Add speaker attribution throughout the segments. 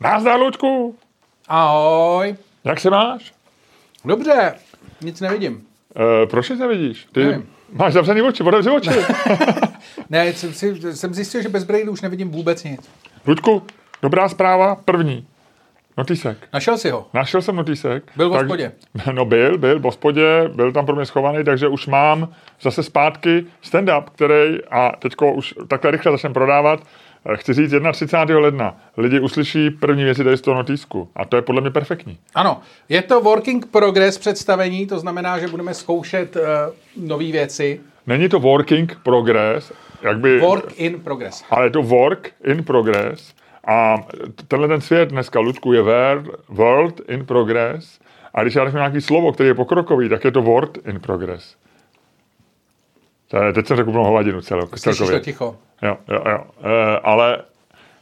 Speaker 1: Nazdar, Luďku,
Speaker 2: Ahoj.
Speaker 1: jak se máš?
Speaker 2: Dobře, nic nevidím.
Speaker 1: E, proč se nevidíš? Ty
Speaker 2: Nevím.
Speaker 1: máš zavřený oči, odevři oči.
Speaker 2: Ne, jsem, si, jsem zjistil, že bez brýlí už nevidím vůbec nic.
Speaker 1: Luďku, dobrá zpráva, první. Notýsek.
Speaker 2: Našel si ho.
Speaker 1: Našel jsem notýsek.
Speaker 2: Byl v hospodě.
Speaker 1: No byl, byl v hospodě, byl tam pro mě schovaný, takže už mám zase zpátky stand-up, který, a teďko už takhle rychle začneme prodávat, Eh, chci říct 31. ledna. Lidi uslyší první věci tady z toho notýsku. A to je podle mě perfektní.
Speaker 2: Ano, je to working progress představení, to znamená, že budeme zkoušet uh, nové věci.
Speaker 1: Není to working progress, jak by...
Speaker 2: Work in progress.
Speaker 1: Ale je to work in progress a t- tenhle ten svět dneska, Ludku, je world, world in progress a když já řeknu nějaký slovo, který je pokrokový, tak je to word in progress. To je- Teď jsem řekl plnou hovadinu celou,
Speaker 2: Slyšíš to
Speaker 1: celkově.
Speaker 2: ticho.
Speaker 1: Jo, jo, jo. E, ale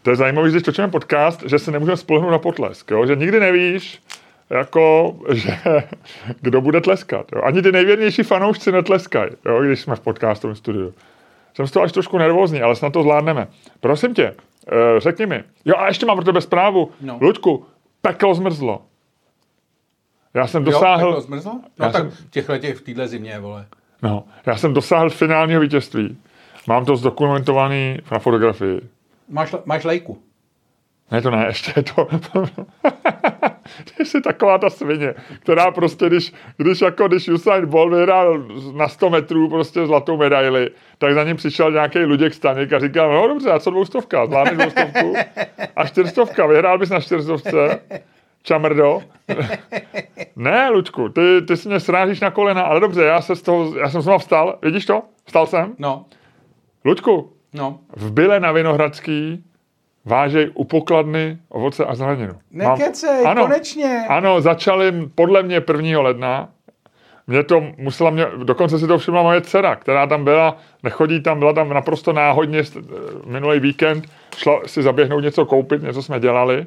Speaker 1: to je zajímavé, že když točíme podcast, že se nemůžeme spolehnout na potlesk, jo? že nikdy nevíš, jako, že kdo bude tleskat. Jo? Ani ty nejvěrnější fanoušci netleskají, jo? když jsme v podcastovém studiu. Jsem z toho až trošku nervózní, ale snad to zvládneme. Prosím tě, e, řekni mi. Jo a ještě mám pro tebe zprávu.
Speaker 2: No.
Speaker 1: No. Ludku, peklo zmrzlo. Já jsem dosáhl...
Speaker 2: Jo, tak to zmrzlo? No
Speaker 1: Já
Speaker 2: tak jsem... těchhle těch v téhle zimě, vole.
Speaker 1: No, já jsem dosáhl finálního vítězství. Mám to zdokumentovaný na fotografii.
Speaker 2: Máš, le- máš lejku.
Speaker 1: Ne, to ne, ještě je to... Ty jsi taková ta svině, která prostě, když, když jako když Usain Bolt vyhrál na 100 metrů prostě zlatou medaili, tak za ním přišel nějaký Luděk Staněk a říkal, no dobře, a co dvoustovka, zvládneš dvoustovku? A čtyřstovka, vyhrál bys na čtyřstovce? Čamrdo? ne, Luďku, ty, ty si mě srážíš na kolena, ale dobře, já, se z toho, já jsem znova vstal, vidíš to? Vstal jsem?
Speaker 2: No,
Speaker 1: Luďku,
Speaker 2: no.
Speaker 1: v Byle na Vinohradský vážej u pokladny ovoce a zeleninu. Mám-
Speaker 2: Nekecej,
Speaker 1: ano,
Speaker 2: konečně.
Speaker 1: Ano, začali podle mě 1. ledna. Mě to musela mě, dokonce si to všimla moje dcera, která tam byla, nechodí tam, byla tam naprosto náhodně s- minulý víkend, šla si zaběhnout něco koupit, něco jsme dělali.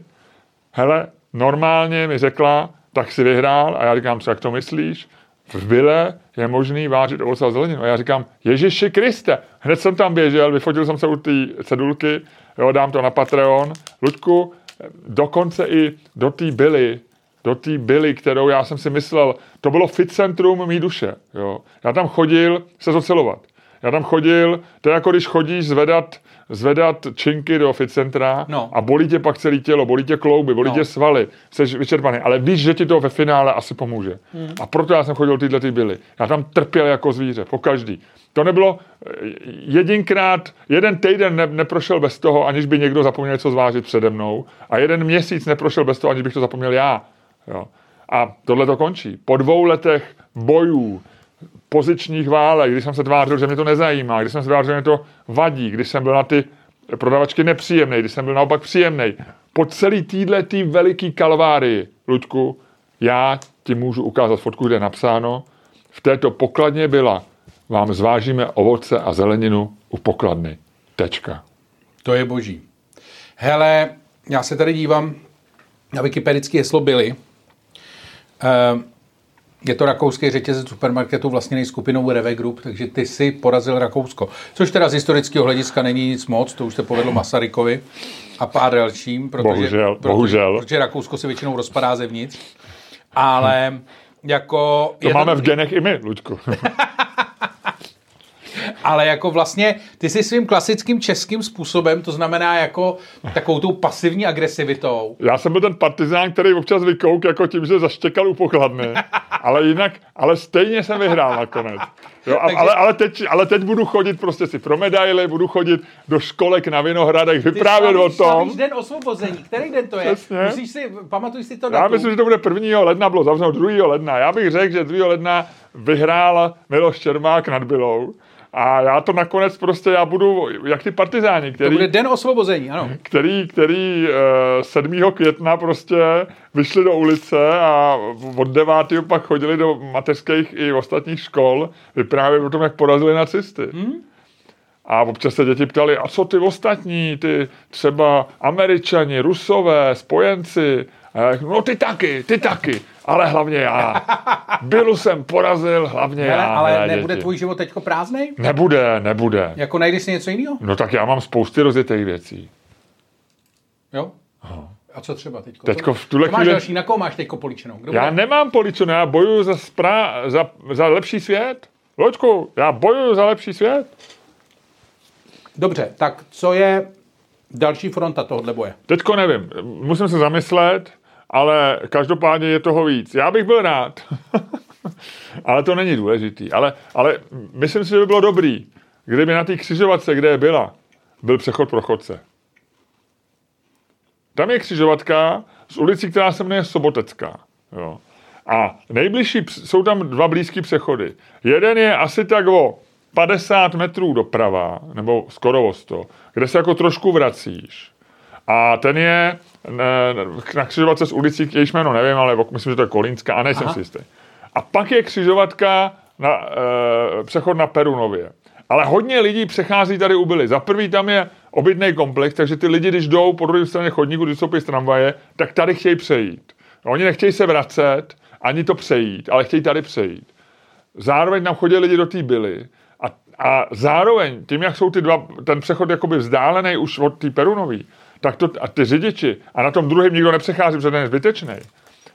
Speaker 1: Hele, normálně mi řekla, tak si vyhrál a já říkám, co jak to myslíš? V Bile je možný vážit ovoce a zeleninu. A já říkám, Ježiši Kriste, hned jsem tam běžel, vyfotil jsem se u té cedulky, jo, dám to na Patreon. Luďku, dokonce i do té Bily, do té Bily, kterou já jsem si myslel, to bylo fitcentrum mý duše. Jo. Já tam chodil se zocelovat. Já tam chodil, to je jako když chodíš zvedat, zvedat činky do fitcentra
Speaker 2: No.
Speaker 1: a bolí tě pak celé tělo, bolí tě klouby, bolí
Speaker 2: No.
Speaker 1: no. tě svaly, jsi vyčerpaný, ale víš, že ti to ve finále asi pomůže. Mm. A proto já jsem chodil tyhle ty byly. Já tam trpěl jako zvíře, po každý. To nebylo eh, jedinkrát, jeden týden ne, neprošel bez toho, aniž by někdo zapomněl něco zvážit přede mnou a jeden měsíc neprošel bez toho, aniž bych to zapomněl já. Jo. A tohle to končí. Po dvou letech bojů, pozičních válek, když jsem se tvářil, že mě to nezajímá, když jsem se tvářil, že mě to vadí, když jsem byl na ty prodavačky nepříjemný, když jsem byl naopak příjemný. Po celý týdle tý veliký kalvárii, Luďku, já ti můžu ukázat fotku, kde je napsáno, v této pokladně byla, vám zvážíme ovoce a zeleninu u pokladny. Tečka.
Speaker 2: To je boží. Hele, já se tady dívám na wikipedické heslo Billy. Ehm, Je to rakouský řetězec supermarketu vlastněný skupinou Reve Group, takže ty si porazil Rakousko. Což teda z historického hlediska není nic moc, to už se povedlo Masarykovi a pár dalším, protože,
Speaker 1: Bohužel,
Speaker 2: protože,
Speaker 1: bohužel.
Speaker 2: protože Rakousko se většinou rozpadá zevnitř. Ale jako...
Speaker 1: To máme v genech i my, Luďku.
Speaker 2: Ale jako vlastně ty si svým klasickým českým způsobem, to znamená jako takovou tou pasivní agresivitou,
Speaker 1: Já jsem byl ten partizán, který občas vykouk jako tím, že zaštěkal u pokladny, ale jinak, ale stejně jsem vyhrál nakonec. Jo, a,
Speaker 2: Takže-
Speaker 1: ale, ale, teď, ale teď budu chodit prostě si pro medaily, budu chodit do školek na Vinohradech,
Speaker 2: Ty
Speaker 1: vyprávět o
Speaker 2: slavíš-
Speaker 1: tom.
Speaker 2: slavíš den osvobození. Který den to je?
Speaker 1: Přesně.
Speaker 2: Musíš si, pamatuj si to
Speaker 1: Já
Speaker 2: datum.
Speaker 1: myslím, že to bude 1. ledna, bylo zavřeno 2. ledna. Já bych řekl, že 2. ledna vyhrál Miloš Čermák nad Bylou. A já to nakonec prostě, já budu jak ty partizáni,
Speaker 2: To
Speaker 1: který
Speaker 2: bude den osvobození, ano.
Speaker 1: který, který eh, 7. května prostě vyšli do ulice a od 9. pak chodili do mateřských i ostatních škol vyprávět o tom, jak porazili nacisty. Hmm? A občas se děti ptali, a co ty ostatní, ty třeba američani, rusové, spojenci? A já řeknu, no ty taky, ty taky, ale hlavně já. Bylu jsem porazil, hlavně
Speaker 2: Hele,
Speaker 1: já.
Speaker 2: ale
Speaker 1: milé
Speaker 2: nebude
Speaker 1: děti.
Speaker 2: tvůj život teďko prázdný?
Speaker 1: Nebude, nebude.
Speaker 2: Jako najdeš si něco jiného?
Speaker 1: No tak já mám spousty rozjetých věcí.
Speaker 2: Jo? A co třeba teďko?
Speaker 1: Teďko
Speaker 2: Co-
Speaker 1: v tuhle
Speaker 2: co máš
Speaker 1: chvíli-
Speaker 2: další, na koho máš teďko poličenou? Kdo
Speaker 1: Já
Speaker 2: bude?
Speaker 1: nemám poličeno, já bojuju za, spra- za, za lepší svět. Loďku, já bojuju za lepší svět.
Speaker 2: Dobře, tak co je další fronta tohohle boje?
Speaker 1: Teďko nevím, musím se zamyslet, ale každopádně je toho víc. Já bych byl rád, ale to není důležitý. Ale, ale myslím si, že by bylo dobrý, kdyby na té křižovatce, kde je byla, byl přechod pro chodce. Tam je křižovatka z ulicí, která se jmenuje Sobotecká. Jo. A nejbližší, ps- jsou tam dva blízké přechody. Jeden je asi tak o 50 metrů doprava, nebo skoro o 100, kde se jako trošku vracíš. A ten je ne, na křižovatce s ulicí, jejíž jméno nevím, ale ok- myslím, že to je Kolínská, a nejsem
Speaker 2: Aha.
Speaker 1: si jistý. A pak je křižovatka na e, přechod na Perunově. Ale hodně lidí přechází tady u Byly. Za prvý tam je obytný komplex, takže ty lidi, když jdou po druhé straně chodníku, když jsou z tramvaje, tak tady chtějí přejít. No, Oni nechtějí se vracet, ani to přejít, ale chtějí tady přejít. Zároveň tam chodili lidi do té byly. A, a zároveň, tím, jak jsou ty dva, ten přechod jakoby vzdálený už od té Perunový, tak to, a ty řidiči, a na tom druhém nikdo nepřechází, protože ten je zbytečný,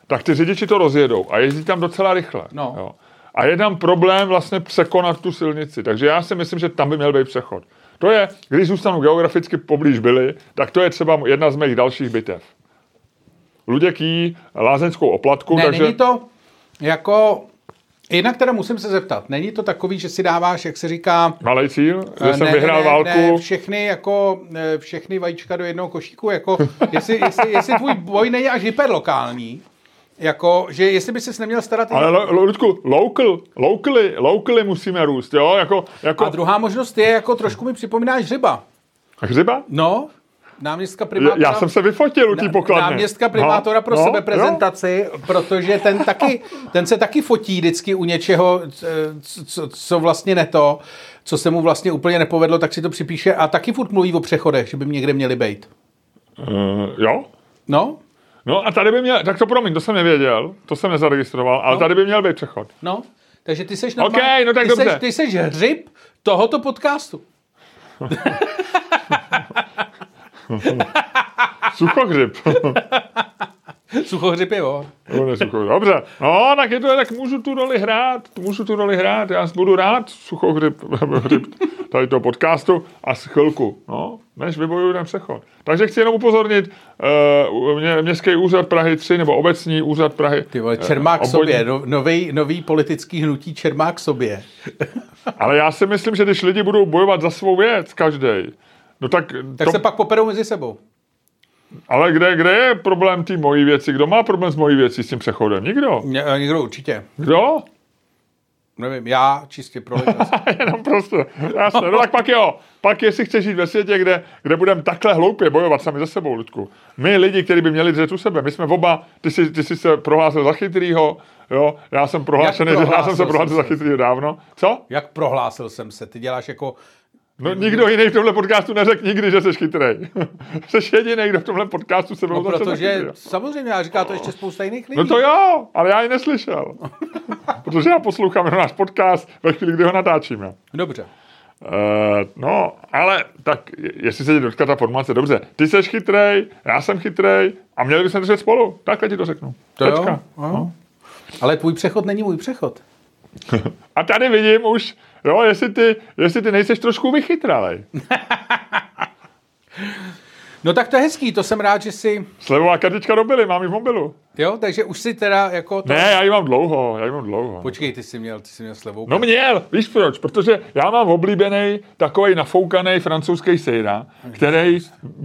Speaker 1: tak ty řidiči to rozjedou a jezdí tam docela rychle.
Speaker 2: No.
Speaker 1: Jo. A je tam problém vlastně překonat tu silnici. Takže já si myslím, že tam by měl být přechod. To je, když zůstanu geograficky poblíž byly, tak to je třeba jedna z mých dalších bitev. Luděk jí lázeňskou oplatku,
Speaker 2: Ne,
Speaker 1: takže...
Speaker 2: není to jako... Jinak teda musím se zeptat, není to takový, že si dáváš, jak se říká...
Speaker 1: Malý cíl, že
Speaker 2: eh,
Speaker 1: jsem vyhrál válku.
Speaker 2: Ne, všechny, jako, eh, všechny vajíčka do jednoho košíku, jako, jestli, jestli, jestli tvůj boj není až hyperlokální, jako, že jestli by ses neměl starat...
Speaker 1: Ale lo, lo, Ludku, local, locally, locally musíme růst, jo? Jako, jako
Speaker 2: A druhá možnost je, jako trošku mi připomínáš hřiba.
Speaker 1: hřiba?
Speaker 2: No, náměstka
Speaker 1: Já,
Speaker 2: primátora...
Speaker 1: já jsem se vyfotil u té pokladny. No,
Speaker 2: Náměstka primátora pro sebeprezentaci, protože ten taky, ten se taky fotí vždycky u něčeho, co, co, co vlastně ne to, co se mu vlastně úplně nepovedlo, tak si to připíše a taky furt mluví o přechodech, že by někde měli být.
Speaker 1: Uh, jo?
Speaker 2: No,
Speaker 1: No a tady by měl, tak to promiň, to jsem nevěděl, to jsem nezaregistroval, ale
Speaker 2: No.
Speaker 1: tady by měl být přechod.
Speaker 2: no, takže ty seš
Speaker 1: OK, no tak
Speaker 2: ty,
Speaker 1: dobře.
Speaker 2: Seš, ty seš hřib tohoto podcastu.
Speaker 1: Suchohřib.
Speaker 2: Suchohřib je on.
Speaker 1: No, ne, suchohřib. Dobře, no tak je to, tak můžu tu roli hrát, můžu tu roli hrát, já budu rád suchohřib hřib tady toho podcastu a z chvilku, no, než vybojuju ten přechod. Takže chci jenom upozornit, uh, mě, Městský úřad Prahy 3 nebo obecní úřad Prahy.
Speaker 2: Ty vole, Čermák
Speaker 1: eh,
Speaker 2: eh, sobě, no, nový, nový politický hnutí Čermák sobě.
Speaker 1: Ale já si myslím, že když lidi budou bojovat za svou věc, každý, no tak,
Speaker 2: Tak
Speaker 1: to,
Speaker 2: se pak poperou mezi sebou.
Speaker 1: ale kde, kde je problém té mojí věci? Kdo má problém s mojí věcí, s tím přechodem? Nikdo.
Speaker 2: Ně- eh, Někdo určitě.
Speaker 1: Kdo?
Speaker 2: Nevím, já čistě pro legraci.
Speaker 1: Jenom prostě. Jasné. No tak pak jo. Pak jestli chceš žít ve světě, kde, kde budeme takhle hloupě bojovat sami za sebou, Ludku. My lidi, kteří by měli držet u sebe, my jsme oba, ty jsi, ty jsi se prohlásil za chytrýho, jo, já jsem prohlášený, já jsem
Speaker 2: prohlásil
Speaker 1: se prohlásil
Speaker 2: jsem
Speaker 1: za
Speaker 2: se?
Speaker 1: chytrýho dávno. Co?
Speaker 2: Jak prohlásil jsem se? Ty děláš jako...
Speaker 1: No nikdo jiný v tomhle podcastu neřekl nikdy, že jsi chytrej. jsi jediný, kdo v tomhle podcastu se
Speaker 2: No,
Speaker 1: byl
Speaker 2: protože samozřejmě, já říká to ještě spousta jiných lidí.
Speaker 1: No to jo, ale já ji neslyšel. Protože já poslouchám jenom náš podcast ve chvíli, kdy ho natáčíme.
Speaker 2: Dobře.
Speaker 1: Eh, no, ale tak, je- jestli se ti dotkla ta formace, dobře. Ty jsi chytrej, já jsem chytrej a měli bychom držet spolu. Takhle ti to řeknu.
Speaker 2: To
Speaker 1: Tečka.
Speaker 2: jo. No. Ale tvůj přechod není můj přechod.
Speaker 1: A tady vidím už, jo, jestli ty, jestli ty nejseš trošku vychytralej.
Speaker 2: No tak to je hezký, to jsem rád, že si...
Speaker 1: Slevová kartička robili, mám ji v mobilu.
Speaker 2: Jo, takže už si teda jako... To...
Speaker 1: Ne, já ji mám dlouho, já ji mám dlouho.
Speaker 2: Počkej, ty jsi měl, ty jsi měl slevou.
Speaker 1: No měl, víš proč? Protože já mám oblíbený takový nafoukaný francouzský sejra, který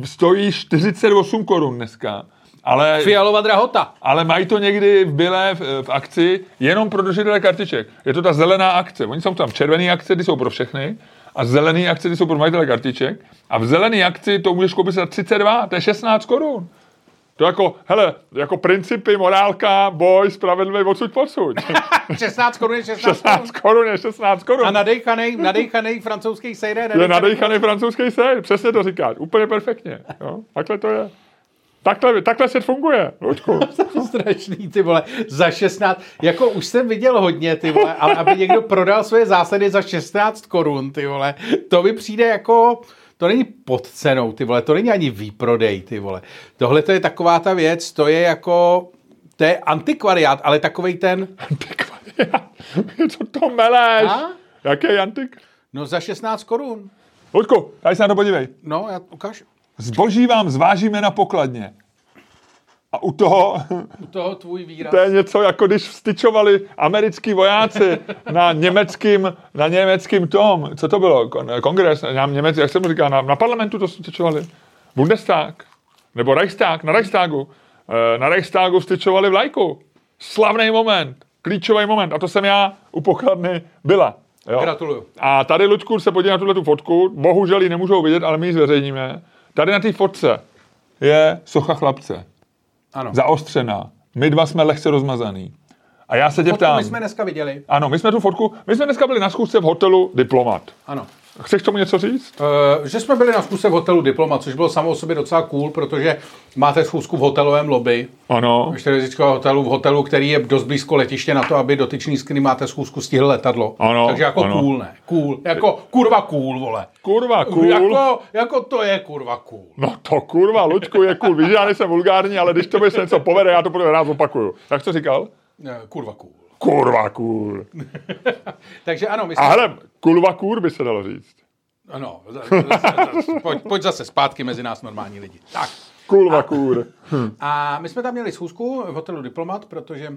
Speaker 1: stojí 48 korun dneska. Ale,
Speaker 2: Fialová drahota.
Speaker 1: ale mají to někdy v byle v, v akci jenom pro držitele kartiček. Je to ta zelená akce. Oni jsou tam červený akce, ty jsou pro všechny, a zelený akce, ty jsou pro majitele kartiček. A v zelený akci to můžeš koupit za 32, to je 16 korun. To jako, hele, jako principy, morálka, boj, spravedlivý, odsud podsud.
Speaker 2: 16 korun je 16 korun.
Speaker 1: 16 korun je 16 korun.
Speaker 2: A nadejchanej, nadejchanej francouzský sejde.
Speaker 1: Je
Speaker 2: nadejchanej-
Speaker 1: nadejchaný francouzský sen, přesně to říkáš, úplně perfektně. Jo? Takhle to je. Takhle, takhle svět funguje, Luďku.
Speaker 2: Strašný, ty vole, za 16, jako už jsem viděl hodně, ty vole, ale aby někdo prodal svoje zásady za 16 korun, ty vole, to mi přijde jako, to to není pod cenou, ty vole, to není ani výprodej, ty vole. Tohle to je taková ta věc, to je jako, to je antikvariát, ale takovej ten,
Speaker 1: Antikvariát. Co to meleš?
Speaker 2: A?
Speaker 1: Jaký antik?
Speaker 2: no za 16 korun.
Speaker 1: Ludku, tady se na to podívej.
Speaker 2: No, já ukážu.
Speaker 1: Zboží vám zvážíme na pokladně. A u toho,
Speaker 2: U toho tvůj výraz.
Speaker 1: to je něco jako když vstyčovali americký vojáci na německým, na německým tom, co to bylo, Kon- kongres, na němec, jak jsem mu říkal, na, na parlamentu to vstyčovali, Bundestag, nebo Reichstag, na Reichstagu, Eh, na Reichstagu vstyčovali vlajku. Slavný moment, klíčový moment, a to jsem já u pokladny byla. Jo?
Speaker 2: Gratuluju.
Speaker 1: A tady, Ludku, se podívej na tuhle tu fotku. Bohužel ji nemůžou vidět, ale my ji zveřejníme. Tady na té fotce je socha chlapce.
Speaker 2: Ano.
Speaker 1: Zaostřená. My dva jsme lehce rozmazaný. A já se tě
Speaker 2: Fotku
Speaker 1: ptám.
Speaker 2: my jsme dneska viděli.
Speaker 1: Ano, my jsme tu fotku, my jsme dneska byli na schůzce v hotelu Diplomat.
Speaker 2: Ano.
Speaker 1: Chceš k tomu něco říct?
Speaker 2: Eh, že jsme byli na zkuse v hotelu Diploma, což bylo samo o sobě docela cool, protože máte schůzku v hotelovém lobby,
Speaker 1: Ano.
Speaker 2: čtyřhvězdičkového hotelu, v hotelu, který je dost blízko letiště na to, aby dotyčný, s kterým máte schůzku, stihl letadlo.
Speaker 1: Ano,
Speaker 2: Takže jako
Speaker 1: ano.
Speaker 2: cool, ne? Cool. Jako kurva cool, vole.
Speaker 1: Kurva, cool.
Speaker 2: Jako, jako to je kurva cool.
Speaker 1: No to kurva, Luďku, je cool. Víš, já nejsem vulgární, ale když to se něco povede, já to budu rád opakuju. Jak to říkal?
Speaker 2: Eh, Kurva cool.
Speaker 1: Kurva, cool.
Speaker 2: Takže ano, my
Speaker 1: A
Speaker 2: jsme...
Speaker 1: hele, kurva, kur by se dalo říct.
Speaker 2: Ano, za- za- za- pojď, pojď zase zpátky mezi nás normální lidi. Tak.
Speaker 1: Kurva, kur.
Speaker 2: A my jsme tam měli schůzku v hotelu Diplomat, protože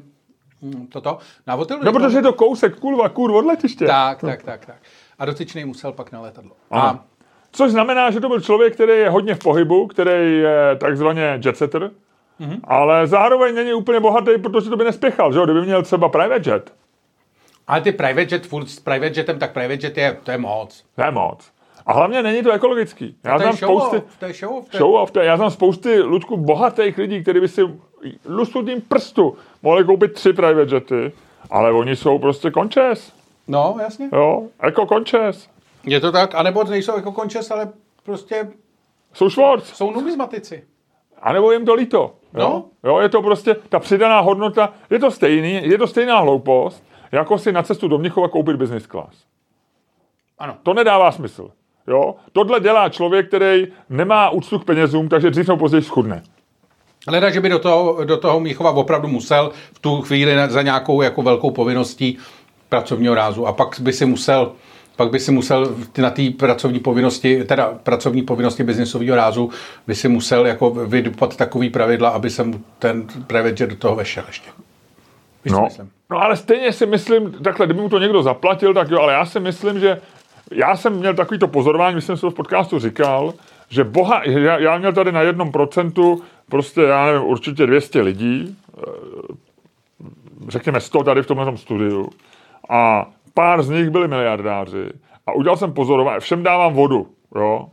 Speaker 2: hm, toto, na hotelu
Speaker 1: No
Speaker 2: Diplomat-
Speaker 1: protože je to kousek, kurva, kur od letiště.
Speaker 2: Tak, tak, tak, tak. A dotyčný musel pak na letadlo.
Speaker 1: No. Ano.
Speaker 2: A
Speaker 1: Což znamená, že to byl člověk, který je hodně v pohybu, který je takzvaně jetsetter,
Speaker 2: Mhm.
Speaker 1: mm-hmm. ale zároveň není úplně bohatý, protože to by nespěchal, že jo? Kdyby měl třeba private jet,
Speaker 2: ale ty private jet, furt s private jetem, tak private jet je, to je moc.
Speaker 1: to je moc. A hlavně není to ekologický. Já
Speaker 2: To je
Speaker 1: znám
Speaker 2: show
Speaker 1: spousty,
Speaker 2: off, to je show off, to je...
Speaker 1: show off, to je- já znám spousty ludku bohatých lidí, kteří by si luskutním prstu mohli koupit tři private jety, ale oni jsou prostě končes,
Speaker 2: No, jasně.
Speaker 1: jo? Eko končes.
Speaker 2: Je to tak, anebo nejsou jako končes, ale prostě
Speaker 1: Jsou švorc.
Speaker 2: jsou numizmatici.
Speaker 1: A nebo jim to líto. Jo?
Speaker 2: No.
Speaker 1: jo, je to prostě ta přidaná hodnota, je to stejný, je to stejná hloupost, jako si na cestu do Mnichova koupit business class.
Speaker 2: Ano.
Speaker 1: To nedává smysl. Jo? Tohle dělá člověk, který nemá úctu k penězům, takže dřív nebo později schudne.
Speaker 2: Leda, že by do toho, do toho Míchova opravdu musel v tu chvíli na- za nějakou jako velkou povinností pracovního rázu. A pak by si musel pak by si musel v- na té pracovní povinnosti, teda pracovní povinnosti biznisového rázu, by si musel jako vydupat takový pravidla, aby se mu ten private jet do toho vešel ještě. Víš, co
Speaker 1: No.
Speaker 2: myslím?
Speaker 1: no ale stejně si myslím, takhle, kdyby mu to někdo zaplatil, tak jo, ale já si myslím, že já jsem měl takovýto pozorování, když jsem si to v podcastu říkal, že boha, já, já měl tady na jednom procentu prostě, já nevím, určitě 200 lidí, eh, řekněme 100 tady v tomhle studiu a pár z nich byli miliardáři a udělal jsem pozorování, všem dávám vodu, jo,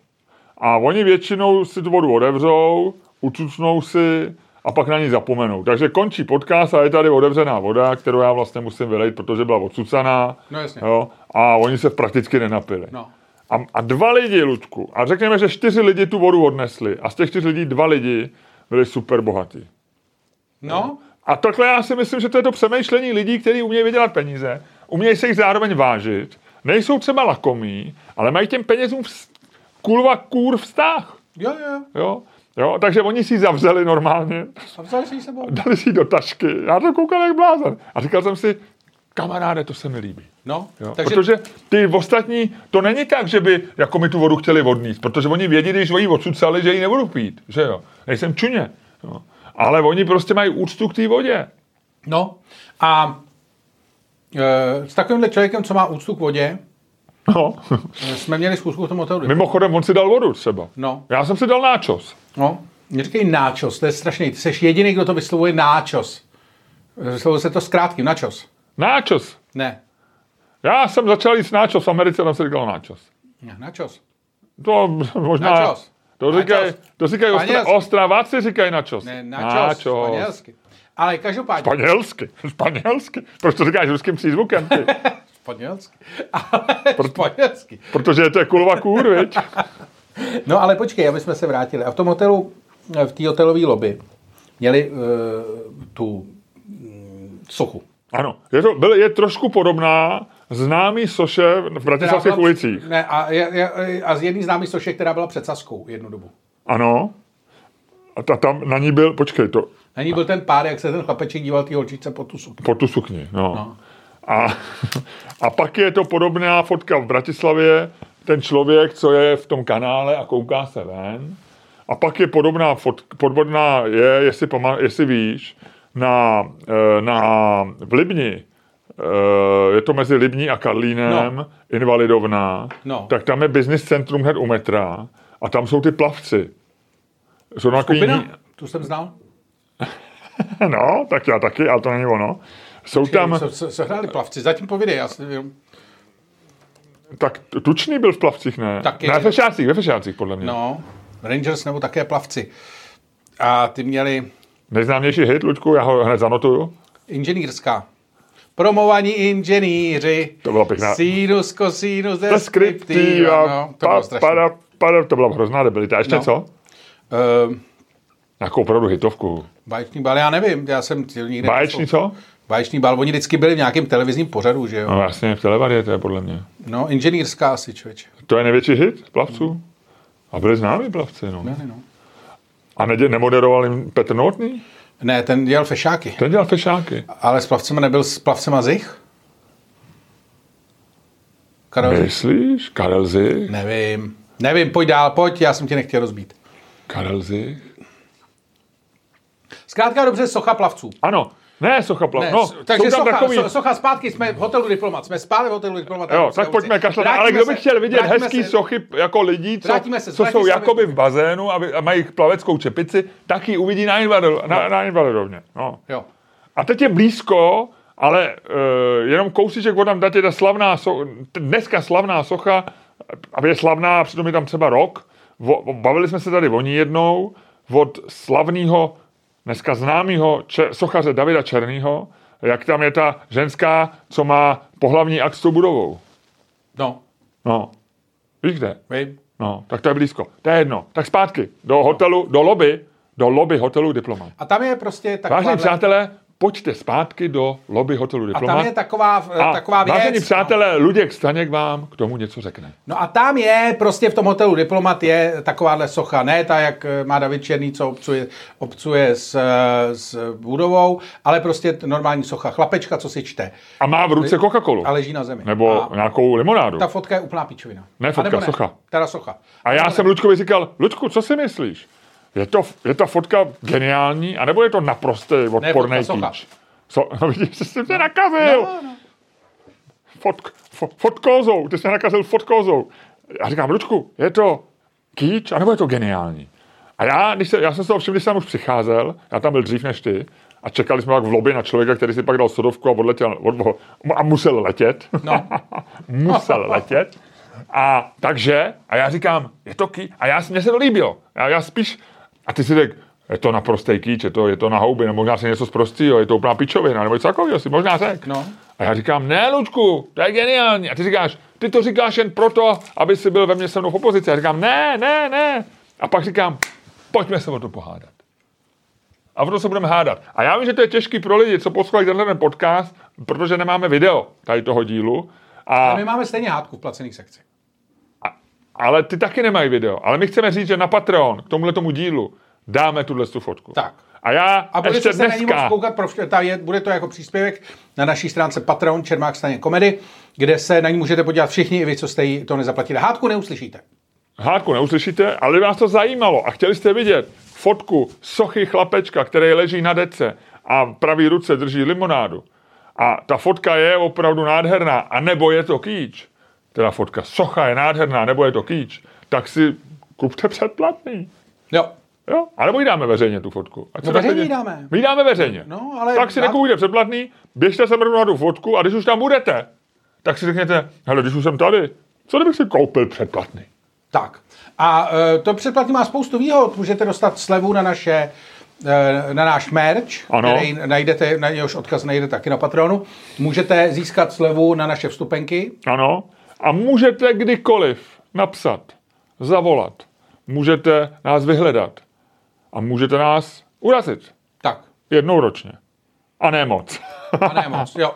Speaker 1: a oni většinou si tu vodu odevřou, ucucnou si a pak na ní zapomenou. Takže končí podcast a je tady otevřená voda, kterou já vlastně musím vylejt, protože byla odsucaná.
Speaker 2: No jasně.
Speaker 1: Jo, a oni se prakticky nenapili.
Speaker 2: No.
Speaker 1: A, a dva lidi, Ludku, a řekněme, že čtyři lidi tu vodu odnesli a z těch čtyř lidí dva lidi byli super bohatí.
Speaker 2: No,
Speaker 1: A takhle já si myslím, že to je to přemýšlení lidí, kteří umějí vydělat peníze, umějí se jich zároveň vážit, nejsou třeba lakomí, ale mají těm penězům vz... kurva kůr vztah.
Speaker 2: jo, jo, jo.
Speaker 1: Jo? Jo, takže oni si ji zavřeli normálně,
Speaker 2: A vzali si ji sebou.
Speaker 1: dali si ji do tašky. Já to koukal jak blázen. A říkal jsem si, kamaráde, to se mi líbí.
Speaker 2: No,
Speaker 1: Jo? Takže...
Speaker 2: takže
Speaker 1: Protože ty ostatní, to není tak, že by jako mi tu vodu chtěli odníst, protože oni vědí, když ji odsucali, že ji nebudu pít, že jo. Nejsem čuně. Jo? Ale oni prostě mají úctu k té vodě.
Speaker 2: No a e, s takovýmhle člověkem, co má úctu k vodě,
Speaker 1: No.
Speaker 2: e, jsme měli zkusku v tom hotelu.
Speaker 1: Mimochodem, on si dal vodu třeba.
Speaker 2: No.
Speaker 1: Já jsem si dal náčos.
Speaker 2: No, neříkej náčos, to je strašný. Ty jsi jediný, kdo to vyslovuje náčos. Vyslovuje se to s krátkým, načos.
Speaker 1: Náčos.
Speaker 2: Ne,
Speaker 1: Já jsem začal jít s náčos v Americe, tam se říkal náčos.
Speaker 2: ne, načos.
Speaker 1: To možná...
Speaker 2: Nachos.
Speaker 1: To říkají,
Speaker 2: Nachos.
Speaker 1: to říkají ostra,
Speaker 2: Španělsky.
Speaker 1: ostraváci, říkají načos.
Speaker 2: Ne, načos, španělsky. Ale každopádně,
Speaker 1: Španělsky, španělsky. Proč to říkáš ruským přízvukem, ty?
Speaker 2: španělsky. Ale španělsky.
Speaker 1: Protože je to je kulva kůr, viď?
Speaker 2: No ale počkej, aby jsme se vrátili. A v tom hotelu, eh, v té hotelové lobby, měli uh, tu mm, sochu.
Speaker 1: Ano, je, to, byl, je trošku podobná známý soše v bratislavských
Speaker 2: byla-
Speaker 1: ulicích.
Speaker 2: Ne, a, je- je- a z jedný známý soše, která byla před Saskou jednu dobu.
Speaker 1: Ano. A ta, tam na ní byl, počkej, to,
Speaker 2: Na ní byl ten pár, jak se ten chlapeček díval té holčičce po tu sukni.
Speaker 1: po tu sukni, no. no. A, a pak je to podobná fotka v Bratislavě, ten člověk, co je v tom kanále a kouká se ven. A pak je podobná fotka, podobná je, jestli, pama, jestli víš, na, eh, na, v Libni, eh, je to mezi Libní a Karlínem, no. Invalidovná,
Speaker 2: No.
Speaker 1: tak tam je business centrum hned u metra a tam jsou ty plavci. Jsou na takový ní-
Speaker 2: Kupina? Tu jsem znal.
Speaker 1: No, tak já taky, ale to není ono. Jsou tam,
Speaker 2: Co, co, co hráli plavci? Zatím povídej, já si nevím.
Speaker 1: tak tučný byl v plavcích, ne?
Speaker 2: Taky.
Speaker 1: Ne, ve fešácích, ve fešácích, podle mě. No.
Speaker 2: No, Rangers nebo také plavci. A ty měli
Speaker 1: Nejznámější hit, Luďku, já ho hned zanotuju.
Speaker 2: inženýrská. Promovaní inženýři.
Speaker 1: To byla pěkná-
Speaker 2: Sinus, kosinus, deskriptiva.
Speaker 1: Deskriptiva,
Speaker 2: No, to
Speaker 1: pa,
Speaker 2: bylo strašné.
Speaker 1: para, para, to byla hrozná debilita. Ještě
Speaker 2: No.
Speaker 1: no. co?
Speaker 2: Ehm,
Speaker 1: Nějakou opravdu hitovku.
Speaker 2: Báječný bal, já nevím, já jsem tě nikdy
Speaker 1: Báječný,
Speaker 2: neposlal.
Speaker 1: co?
Speaker 2: Báječný bal, oni vždycky byli v nějakém televizním pořadu, že jo?
Speaker 1: No jasně, v televarie to je podle mě.
Speaker 2: No, inženýrská asi, člověče.
Speaker 1: To je největší hit plavců. A byli známí plavci, no.
Speaker 2: Ne, ne, no.
Speaker 1: A nedě, nemoderoval jim Petr Novotný?
Speaker 2: Ne, ten dělal fešáky,
Speaker 1: Ten dělal fešáky.
Speaker 2: ale s plavcema nebyl s plavcema Zich? Karel, Zich?
Speaker 1: Myslíš? Karel Zich?
Speaker 2: nevím. Nevím, pojď dál, pojď, já jsem tě nechtěl rozbít.
Speaker 1: Karel Zich?
Speaker 2: Zkrátka dobře, socha plavců.
Speaker 1: Ano. Ne, socha plav.
Speaker 2: Ne,
Speaker 1: No,
Speaker 2: s- takže
Speaker 1: jsou tam
Speaker 2: socha,
Speaker 1: takový...
Speaker 2: so- socha, zpátky jsme v hotelu Diplomat. Jsme spáli v hotelu Diplomat. na
Speaker 1: Jo,
Speaker 2: Evropské
Speaker 1: tak pojďme
Speaker 2: ulici.
Speaker 1: kašlat.
Speaker 2: Vrátíme
Speaker 1: Ale kdo by
Speaker 2: se-
Speaker 1: chtěl vidět
Speaker 2: vrátíme
Speaker 1: hezký
Speaker 2: se-
Speaker 1: sochy jako lidí, co,
Speaker 2: Vrátíme se,
Speaker 1: co jsou
Speaker 2: vrátíme se-
Speaker 1: jakoby v bazénu a, vy- a mají plaveckou čepici, tak ji uvidí na, invalido, na, na invalidovně. No.
Speaker 2: Jo.
Speaker 1: A teď je blízko, ale uh, jenom kousíček od tam dát je ta slavná socha, dneska slavná socha, a je slavná, a přitom je tam třeba rok. Vo, o- bavili jsme se tady o ní jednou, od slavného, dneska známého če, sochaře Davida Černýho, jak tam je ta ženská, co má pohlavní akt s tou budovou.
Speaker 2: No,
Speaker 1: No. Víš kde?
Speaker 2: vím.
Speaker 1: No, tak to je blízko. To je jedno. Tak zpátky. Do hotelu, do lobby, do lobby hotelu Diplomat.
Speaker 2: A tam je prostě taková...
Speaker 1: Vážení přátelé, pojďte zpátky do lobby hotelu
Speaker 2: A tam
Speaker 1: Diplomat.
Speaker 2: je taková,
Speaker 1: A
Speaker 2: taková věc.
Speaker 1: vážení
Speaker 2: no.
Speaker 1: přátelé, Luděk Staněk vám k tomu něco řekne.
Speaker 2: No a tam je, prostě v tom hotelu Diplomat je takováhle socha, ne ta, jak eh, má David Černý, co obcuje, obcuje s, eh, s budovou, ale prostě t- normální socha, chlapečka, co si čte
Speaker 1: A má v ruce Coca-Colu.
Speaker 2: a leží na zemi.
Speaker 1: Nebo
Speaker 2: a
Speaker 1: nějakou limonádu.
Speaker 2: ta fotka je úplná pičovina.
Speaker 1: Ne fotka,
Speaker 2: A nebo
Speaker 1: socha.
Speaker 2: Teda socha.
Speaker 1: A já jsem Luďkovi říkal, Luďku, co si myslíš? Je, to, je ta fotka geniální, anebo je to naprostý odporný
Speaker 2: fotka, socha.
Speaker 1: kýč? Co, no vidíš, jsi se mě nakazil.
Speaker 2: No, no.
Speaker 1: fotk, fo, fotkózou, ty jsi mě nakazil fotkózou. A říkám, Lučku, je to kýč, anebo je to geniální? A já, když se, já jsem se ovšiml, když jsem už přicházel, já tam byl dřív než ty, a čekali jsme pak v lobby na člověka, který si pak dal sodovku a odletěl, od, a musel letět.
Speaker 2: No.
Speaker 1: musel letět. A takže, a já říkám, je to kýč, a já, mně se to líbilo. Já, já spíš, a ty si řekl, je to naprostý kýč, je to, je to na houby, nebo možná se něco zprostýho, je to úplná pičovina, nebo něco takového si možná řek.
Speaker 2: No.
Speaker 1: A já říkám, ne, Lučku, to je geniální. A ty říkáš, ty to říkáš jen proto, aby si byl ve mně se mnou v opozici. Já říkám, ne, ne, ne. A pak říkám, pojďme se o to pohádat. A o to se budeme hádat. A já vím, že to je těžký pro lidi, co poslouchají tenhle ten podcast, protože nemáme video tady toho dílu. A,
Speaker 2: A my máme stejně hádku v placených sekci.
Speaker 1: ale ty taky nemají video. Ale my chceme říct, že na Patreon k tomuhle tomu dílu dáme tuhle tu fotku.
Speaker 2: Tak.
Speaker 1: A já
Speaker 2: A bude
Speaker 1: ještě
Speaker 2: se na ní moc
Speaker 1: dneska...
Speaker 2: koukat, pro, vš- ta je, bude to jako příspěvek na naší stránce Patreon Čermák staně komedy, kde se na ní můžete podívat všichni, i vy, co jste jí to nezaplatili. Hádku neuslyšíte.
Speaker 1: Hádku neuslyšíte, ale vás to zajímalo a chtěli jste vidět fotku sochy chlapečka, který leží na dece a v pravý ruce drží limonádu. A ta fotka je opravdu nádherná, a nebo je to kýč. Teda fotka socha je nádherná, nebo je to kýč. Tak si kupte předplatný.
Speaker 2: Jo.
Speaker 1: Jo? A nebo jí dáme veřejně tu fotku. Ať
Speaker 2: No
Speaker 1: se
Speaker 2: veřejně
Speaker 1: tak
Speaker 2: jí
Speaker 1: lidi-
Speaker 2: dáme.
Speaker 1: My jí dáme veřejně.
Speaker 2: No, ale
Speaker 1: tak si
Speaker 2: já-
Speaker 1: nekupujte předplatný, běžte se mrknout na tu fotku a když už tam budete, tak si řekněte, hele, když už jsem tady, co kdybych si koupil předplatný?
Speaker 2: Tak. A e, to předplatný má spoustu výhod. Můžete dostat slevu na naše e, na náš merch,
Speaker 1: Ano.
Speaker 2: který najdete, na něhož odkaz najdete taky na Patronu. Můžete získat slevu na naše vstupenky.
Speaker 1: Ano. A můžete kdykoliv napsat, zavolat, můžete nás vyhledat a můžete nás urazit
Speaker 2: Tak,
Speaker 1: jednou ročně. A ne moc.
Speaker 2: a ne moc, jo.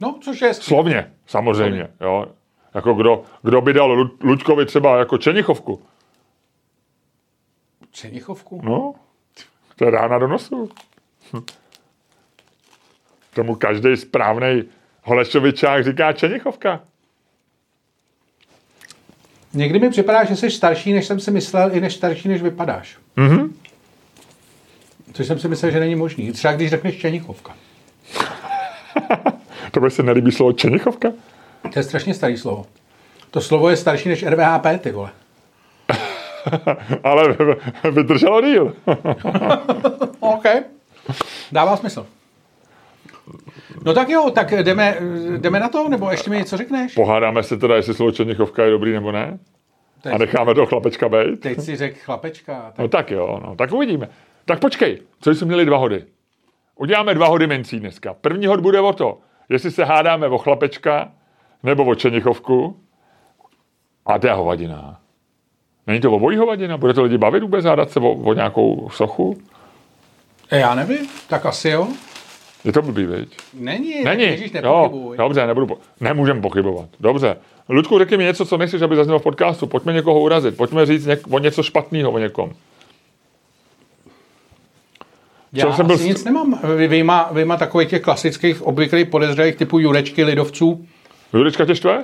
Speaker 2: No, což je hezký.
Speaker 1: Slovně, samozřejmě. Jo. Jako kdo, kdo by dal Lu- Luďkovi třeba jako Čenichovku.
Speaker 2: Čenichovku?
Speaker 1: No, to je rána do nosu. Hm. Tomu každý správný Holešovičák říká Čenichovka.
Speaker 2: Někdy mi připadá, že jsi starší, než jsem si myslel, i než starší, než vypadáš. Mm-hmm. Což jsem si myslel, že není možný. Třeba když řekneš Čenichovka.
Speaker 1: To se nelíbí slovo Čenichovka?
Speaker 2: To je strašně starý slovo. To slovo je starší než RVHP, ty vole.
Speaker 1: Ale vydrželo díl.
Speaker 2: OK. Dává smysl. No tak jo, tak jdeme, jdeme na to, nebo ještě mi něco řekneš?
Speaker 1: Pohádáme se teda, jestli slovo Černichovka je dobrý nebo ne. A necháme toho chlapečka být.
Speaker 2: Teď si řekl chlapečka. Tak
Speaker 1: No tak jo, no, tak uvidíme. Tak počkej, co jsme měli dva hody? Uděláme dva hody mincí dneska. První hod bude o to, jestli se hádáme o chlapečka nebo o Černichovku. A to je hovadina. Není to obojí hovadina? Bude to lidi bavit vůbec hádat se o, o nějakou sochu?
Speaker 2: já nevím, tak asi jo.
Speaker 1: Je to blbý, viď?
Speaker 2: Není,
Speaker 1: Není.
Speaker 2: Tak Ježíš, nepochybuj.
Speaker 1: No, dobře, nebudu po... Nemůžem pochybovat. Dobře. Ludku, řekni mi něco, co nechceš, aby zaznělo v podcastu. Pojďme někoho urazit. Pojďme říct něk- o něco špatného o někom.
Speaker 2: já
Speaker 1: jsem
Speaker 2: jsem
Speaker 1: byl
Speaker 2: byl...
Speaker 1: s-
Speaker 2: nic nemám, Vy- vyjma, vyjma takových těch klasických, obvyklých podezřelých typu Jurečky, Lidovců.
Speaker 1: Jurečka tě štve?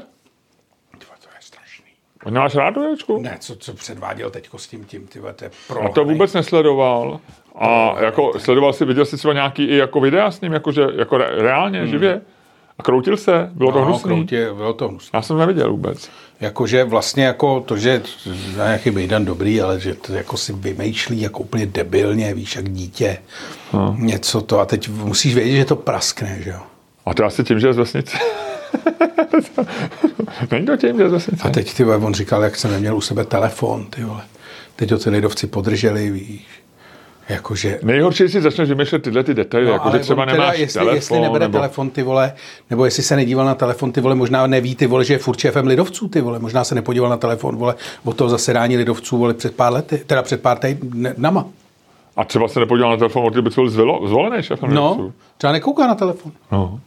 Speaker 2: Tyva, to je strašný.
Speaker 1: Nemáš rád Jurečku?
Speaker 2: Ne, co, co předváděl teď s tím tím, tyva, to je
Speaker 1: A
Speaker 2: prolhaný.
Speaker 1: to vůbec nesledoval.
Speaker 2: No,
Speaker 1: A jako sledoval si, viděl jsi třeba nějaký i jako videa s ním, jakože, jako re- reálně, živě. A kroutil se, bylo to
Speaker 2: Hmm. No,
Speaker 1: hnusný.
Speaker 2: kroutě, bylo to hnusný.
Speaker 1: Já jsem neviděl vůbec.
Speaker 2: Jakože vlastně jako to, že na nějaký Bejdan dobrý, ale že to jako si vymýšlí jako úplně debilně, víš, jak dítě.
Speaker 1: No.
Speaker 2: Hmm. Něco to a teď musíš vědět, že to praskne, že jo.
Speaker 1: A to asi tím, že je z vesnice. Není to tím, že je z vesnice.
Speaker 2: A teď ty vole, on říkal, jak jsem neměl u sebe telefon, ty vole. Teď ho ty lidovci podrželi, víš. Jakože
Speaker 1: Nejhorší, jestli začneš vymýšlet tyhle ty detaily, no, jako že
Speaker 2: ale
Speaker 1: třeba
Speaker 2: on teda,
Speaker 1: nemáš
Speaker 2: jestli,
Speaker 1: telefon,
Speaker 2: jestli nebere
Speaker 1: nebo...
Speaker 2: telefon, ty vole, nebo jestli se nedíval na telefon, ty vole, možná neví, ty vole, že je furt šéfem lidovců, ty vole, možná se nepodíval na telefon, vole, od toho zasedání lidovců, vole, před pár lety, teda před pár týdnama.
Speaker 1: A třeba se nepodíval na telefon, od kdyby jsi byl zvilo, zvolený šéfem
Speaker 2: No,
Speaker 1: Linuxu.
Speaker 2: třeba nekouká na telefon.
Speaker 1: no.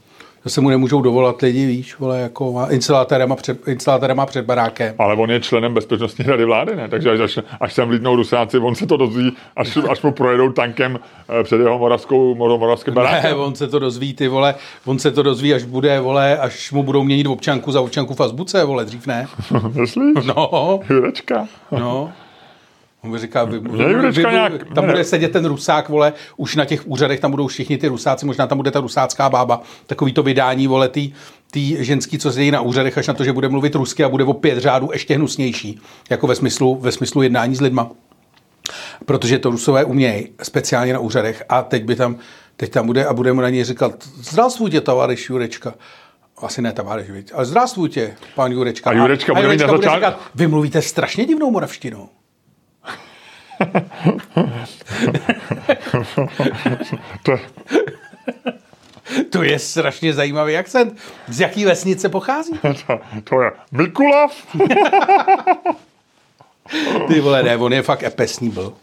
Speaker 2: To se mu nemůžou dovolat lidi, víš, vole, jako a instalátorama před, instalátorama před barákem.
Speaker 1: Ale on je členem Bezpečnostní rady vlády, ne? Takže až, až, až sem lídnou rusáci, on se to dozví, až, až mu projedou tankem eh, před jeho moravskou, moro- moravským
Speaker 2: Ne,
Speaker 1: barákem.
Speaker 2: on se to dozví, ty vole, on se to dozví, až bude, vole, až mu budou měnit občanku za občanku v Facebooku, vole, dřív ne.
Speaker 1: Myslíš?
Speaker 2: No,
Speaker 1: Jurečka.
Speaker 2: no. On mi říká, vy, vy,
Speaker 1: Jurečka nějak-
Speaker 2: tam
Speaker 1: ne.
Speaker 2: bude sedět ten rusák, vole, už na těch úřadech, tam budou všichni ty rusáci, možná tam bude ta rusácká bába, takový to vydání, vole, tý, tý ženský, co sedí na úřadech, až na to, že bude mluvit rusky a bude o pět řádů ještě hnusnější, jako ve smyslu, ve smyslu jednání s lidma. Protože to rusové umějí, speciálně na úřadech a teď by tam, teď tam bude a bude mu na něj říkat, zdravstvujte, tovareš Jurečka. Asi ne tovareš, viď? ale zdravstvujte, pan Jurečka.
Speaker 1: A Jurečka bude mít na začátku-
Speaker 2: říkat, vy mluvíte strašně divnou moravštinou.
Speaker 1: To,
Speaker 2: To je strašně zajímavý akcent. Z jaký vesnice pochází?
Speaker 1: to, to je Mikulav.
Speaker 2: Ty vole, ne, on je fakt epesný blb.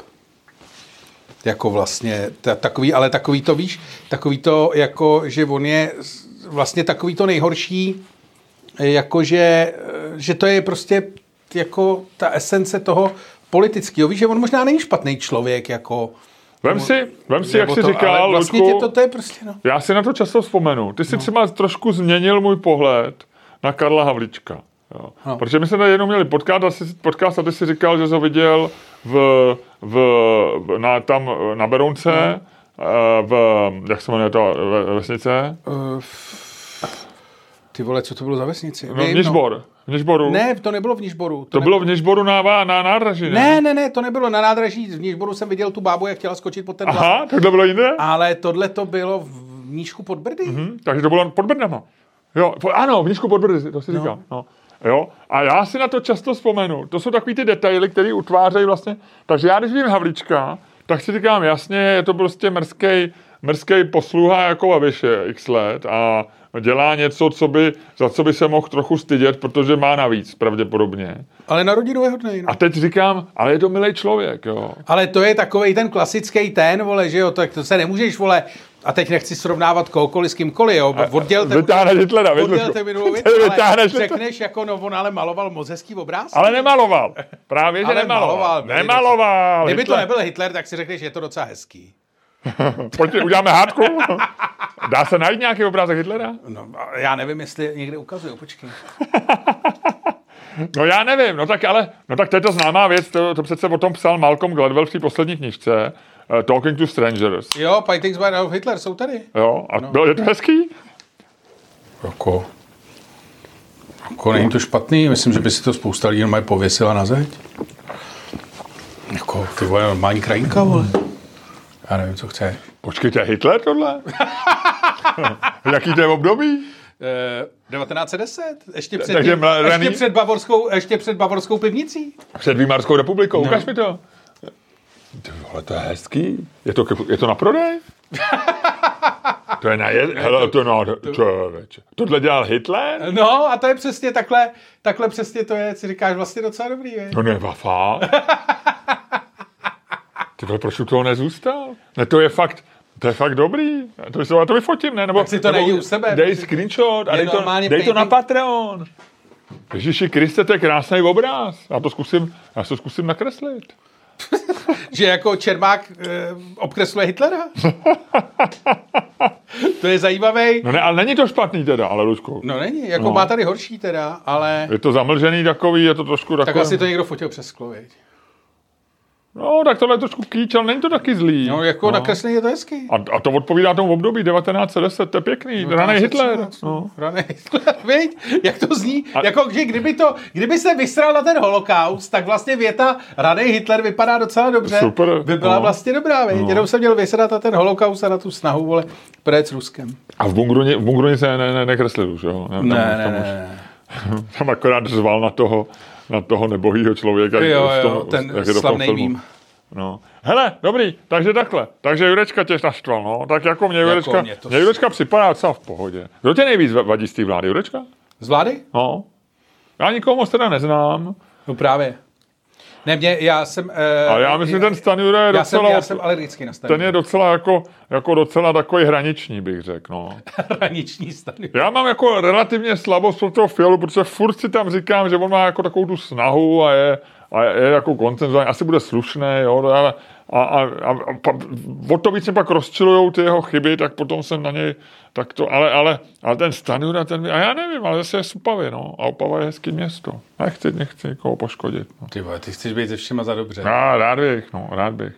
Speaker 2: Jako vlastně, ta, takový, ale takový to víš, takový to jako, že on je s- vlastně takový to nejhorší, jako že, eh, že to je prostě jako ta esence toho politického. Víš, že on možná není špatný člověk, jako...
Speaker 1: Vem si, vem si, Prostě jak
Speaker 2: nebo
Speaker 1: jsi
Speaker 2: to,
Speaker 1: říkal,
Speaker 2: ale vlastně
Speaker 1: Ludku,
Speaker 2: tě to, to je prostě, no.
Speaker 1: Já si na to často vzpomenu. Ty jsi no. třeba trošku změnil můj pohled na Karla Havlíčka. Jo. No.
Speaker 2: No.
Speaker 1: Protože my jsme tady jenom měli podcast a, jsi, podcast a ty jsi říkal, že jsi ho viděl v, v, v, na, tam eh, na Berounce, no. v, jak se jmenuje to, ve- vesnice? No,
Speaker 2: Eh, Ty vole, co to bylo za vesnici?
Speaker 1: No, v Nižbor. V Nižboru.
Speaker 2: Ne, to nebylo v Nižboru.
Speaker 1: To bylo v Nižboru na, vá- na nádraží,
Speaker 2: Ne, ne, ne, to nebylo na nádraží. V Nížboru jsem viděl tu bábu, jak chtěla skočit pod ten vlak.
Speaker 1: Aha, tak to bylo jinde?
Speaker 2: Ale tohle to bylo v Mníšku pod Brdy. Mm-hmm.
Speaker 1: Hm, takže to bylo pod Brnama. Jo, po, ano, v Nížku pod Brdy, to si říkal. No. Jo, a já si na to často vzpomenu. To jsou takový ty detaily, které utvářejí vlastně. Takže já, když vím Havlíčka, tak si říkám, jasně, je to prostě mrzkej, mrzkej posluha jako Babiše x let a dělá něco, co by, za co by se mohl trochu stydět, protože má navíc pravděpodobně.
Speaker 2: Ale na rodinu je hodnej, no.
Speaker 1: A teď říkám, ale je to milý člověk, jo.
Speaker 2: Ale to je takový ten klasický ten, vole, že jo, tak to se nemůžeš, vole, a teď nechci srovnávat kohokoliv s kýmkoliv, jo, oddělte,
Speaker 1: Vytáhneš Hitlera,
Speaker 2: oddělte minulou věc, ale
Speaker 1: vytáhneš Hitlera.
Speaker 2: řekneš jako, no on ale maloval moc hezký obrázky.
Speaker 1: Ale nemaloval. Právě, že
Speaker 2: Ale
Speaker 1: nemaloval.
Speaker 2: maloval, byli
Speaker 1: nemaloval.
Speaker 2: Kdyby to
Speaker 1: Hitler.
Speaker 2: nebyl Hitler, tak si řekneš, je to docela hezký.
Speaker 1: Pojď, uděláme hádku. Dá se najít nějaký obrázek Hitlera?
Speaker 2: No, a já nevím, jestli někde ukazuju, počkej.
Speaker 1: No já nevím, no tak ale, no tak to je ta známá věc, to, to přece o tom psal Malcolm Gladwell v té poslední knižce, eh, Talking to Strangers,
Speaker 2: Jo, Fightings by Adolf Hitler jsou tady.
Speaker 1: jo, a no. bylo, je to hezký?
Speaker 2: Jako, jako není to špatný, myslím, že by si to spousta lidí normálně pověsila na zeď. Jako, ty vole, normální krajinka, vole. Já nevím, co chce.
Speaker 1: Počkej, to je Hitler tohle? Jaký to je období?
Speaker 2: Eh, 1910, ještě před,
Speaker 1: Takže
Speaker 2: tím,
Speaker 1: mladý.
Speaker 2: ještě před, bavorskou, ještě před bavorskou pivnicí.
Speaker 1: Před Výmarskou republikou, no. ukaž mi to. Ty vole, to je hezký. Je to, ke- je to na prodej? to je na jed... Hele, to, no, to, člověče. Tohle dělal Hitler?
Speaker 2: No a to je přesně takhle, takhle přesně to je, si říkáš vlastně docela dobrý, je.
Speaker 1: To No ne, vafá. Ty vole, proč u toho nezůstal? Ne, to je fakt, to je fakt dobrý. To, by se, já to vyfotím, ne? Nebo, tak
Speaker 2: si to najdi u sebe.
Speaker 1: Dej screenshot a
Speaker 2: Je
Speaker 1: dej to,
Speaker 2: normálně
Speaker 1: dej to na
Speaker 2: painting.
Speaker 1: Patreon. Ježiši Kriste, to je krásný obraz. Já to zkusím, já to zkusím nakreslit.
Speaker 2: Že jako Čermák eh, obkresluje Hitlera. to je zajímavý.
Speaker 1: No ne, ale není to špatný teda, ale Luďku.
Speaker 2: No není, jako má tady horší teda, ale
Speaker 1: Je to zamlžený takový, je to trošku takový.
Speaker 2: tak asi to někdo fotil přes sklo, viď?
Speaker 1: No, tak tohle je trošku kýč, ale není to taky zlý.
Speaker 2: No jako no. nakreslený je to hezky.
Speaker 1: a, a, to odpovídá tomu období 1910, to je pěkný, no, raný Hitler. No.
Speaker 2: Raný Hitler, viď? Jak to zní? A... Jako, že kdyby, to, kdyby se vysral na ten holokaust, tak vlastně věta Raný Hitler vypadá docela dobře.
Speaker 1: Super,
Speaker 2: By byla
Speaker 1: no.
Speaker 2: vlastně dobrá, viď? No. Jenom jsem měl vysrat na ten holokaust a na tu snahu, vole, prec s Ruskem.
Speaker 1: A v Bungruni, v Bungruni se ne, ne, nekreslil už, jo? Tam,
Speaker 2: Ne, ne,
Speaker 1: tam,
Speaker 2: ne,
Speaker 1: už-
Speaker 2: ne.
Speaker 1: tam akorát řval na toho, na toho nebohýho člověka. jak
Speaker 2: Jo,
Speaker 1: je v
Speaker 2: jo, ten
Speaker 1: jak je to v tom
Speaker 2: slavnej
Speaker 1: filmu.
Speaker 2: mím.
Speaker 1: No. Hele, dobrý, takže takhle. Takže Jurečka tě naštval, no. Tak jako mě Jurečka,
Speaker 2: mě to-
Speaker 1: mě Jurečka připadá docela v pohodě. Kdo tě nejvíc va- vadí z té vlády, Jurečka?
Speaker 2: Z vlády?
Speaker 1: No. Já nikoho moc teda neznám,
Speaker 2: No právě. Ne, mě, já jsem... eh,
Speaker 1: ale já myslím, ten Stanjura je
Speaker 2: já jsem,
Speaker 1: docela...
Speaker 2: já jsem alergický na
Speaker 1: Ten
Speaker 2: Stanjuru.
Speaker 1: je docela jako, jako docela takový hraniční, bych řekl, no.
Speaker 2: Hraniční Stanjuru.
Speaker 1: Já mám jako relativně slabost pro toho Fialu, protože furt si tam říkám, že on má jako takovou tu snahu a je, a je jako koncenzuální, asi bude slušné, jo, no, ale a, a, a, a pa, o to víc mě pak rozčilujou ty jeho chyby, tak potom jsem na něj tak to, ale, ale, ale ten Stanjura, ten, mi- a já nevím, ale zase je z Opavy, no, a Opava je hezký město. Nechci, nechci nikoho poškodit, no.
Speaker 2: Ty vole, ty chceš být se všema za dobře.
Speaker 1: Já rád bych, no, rád bych.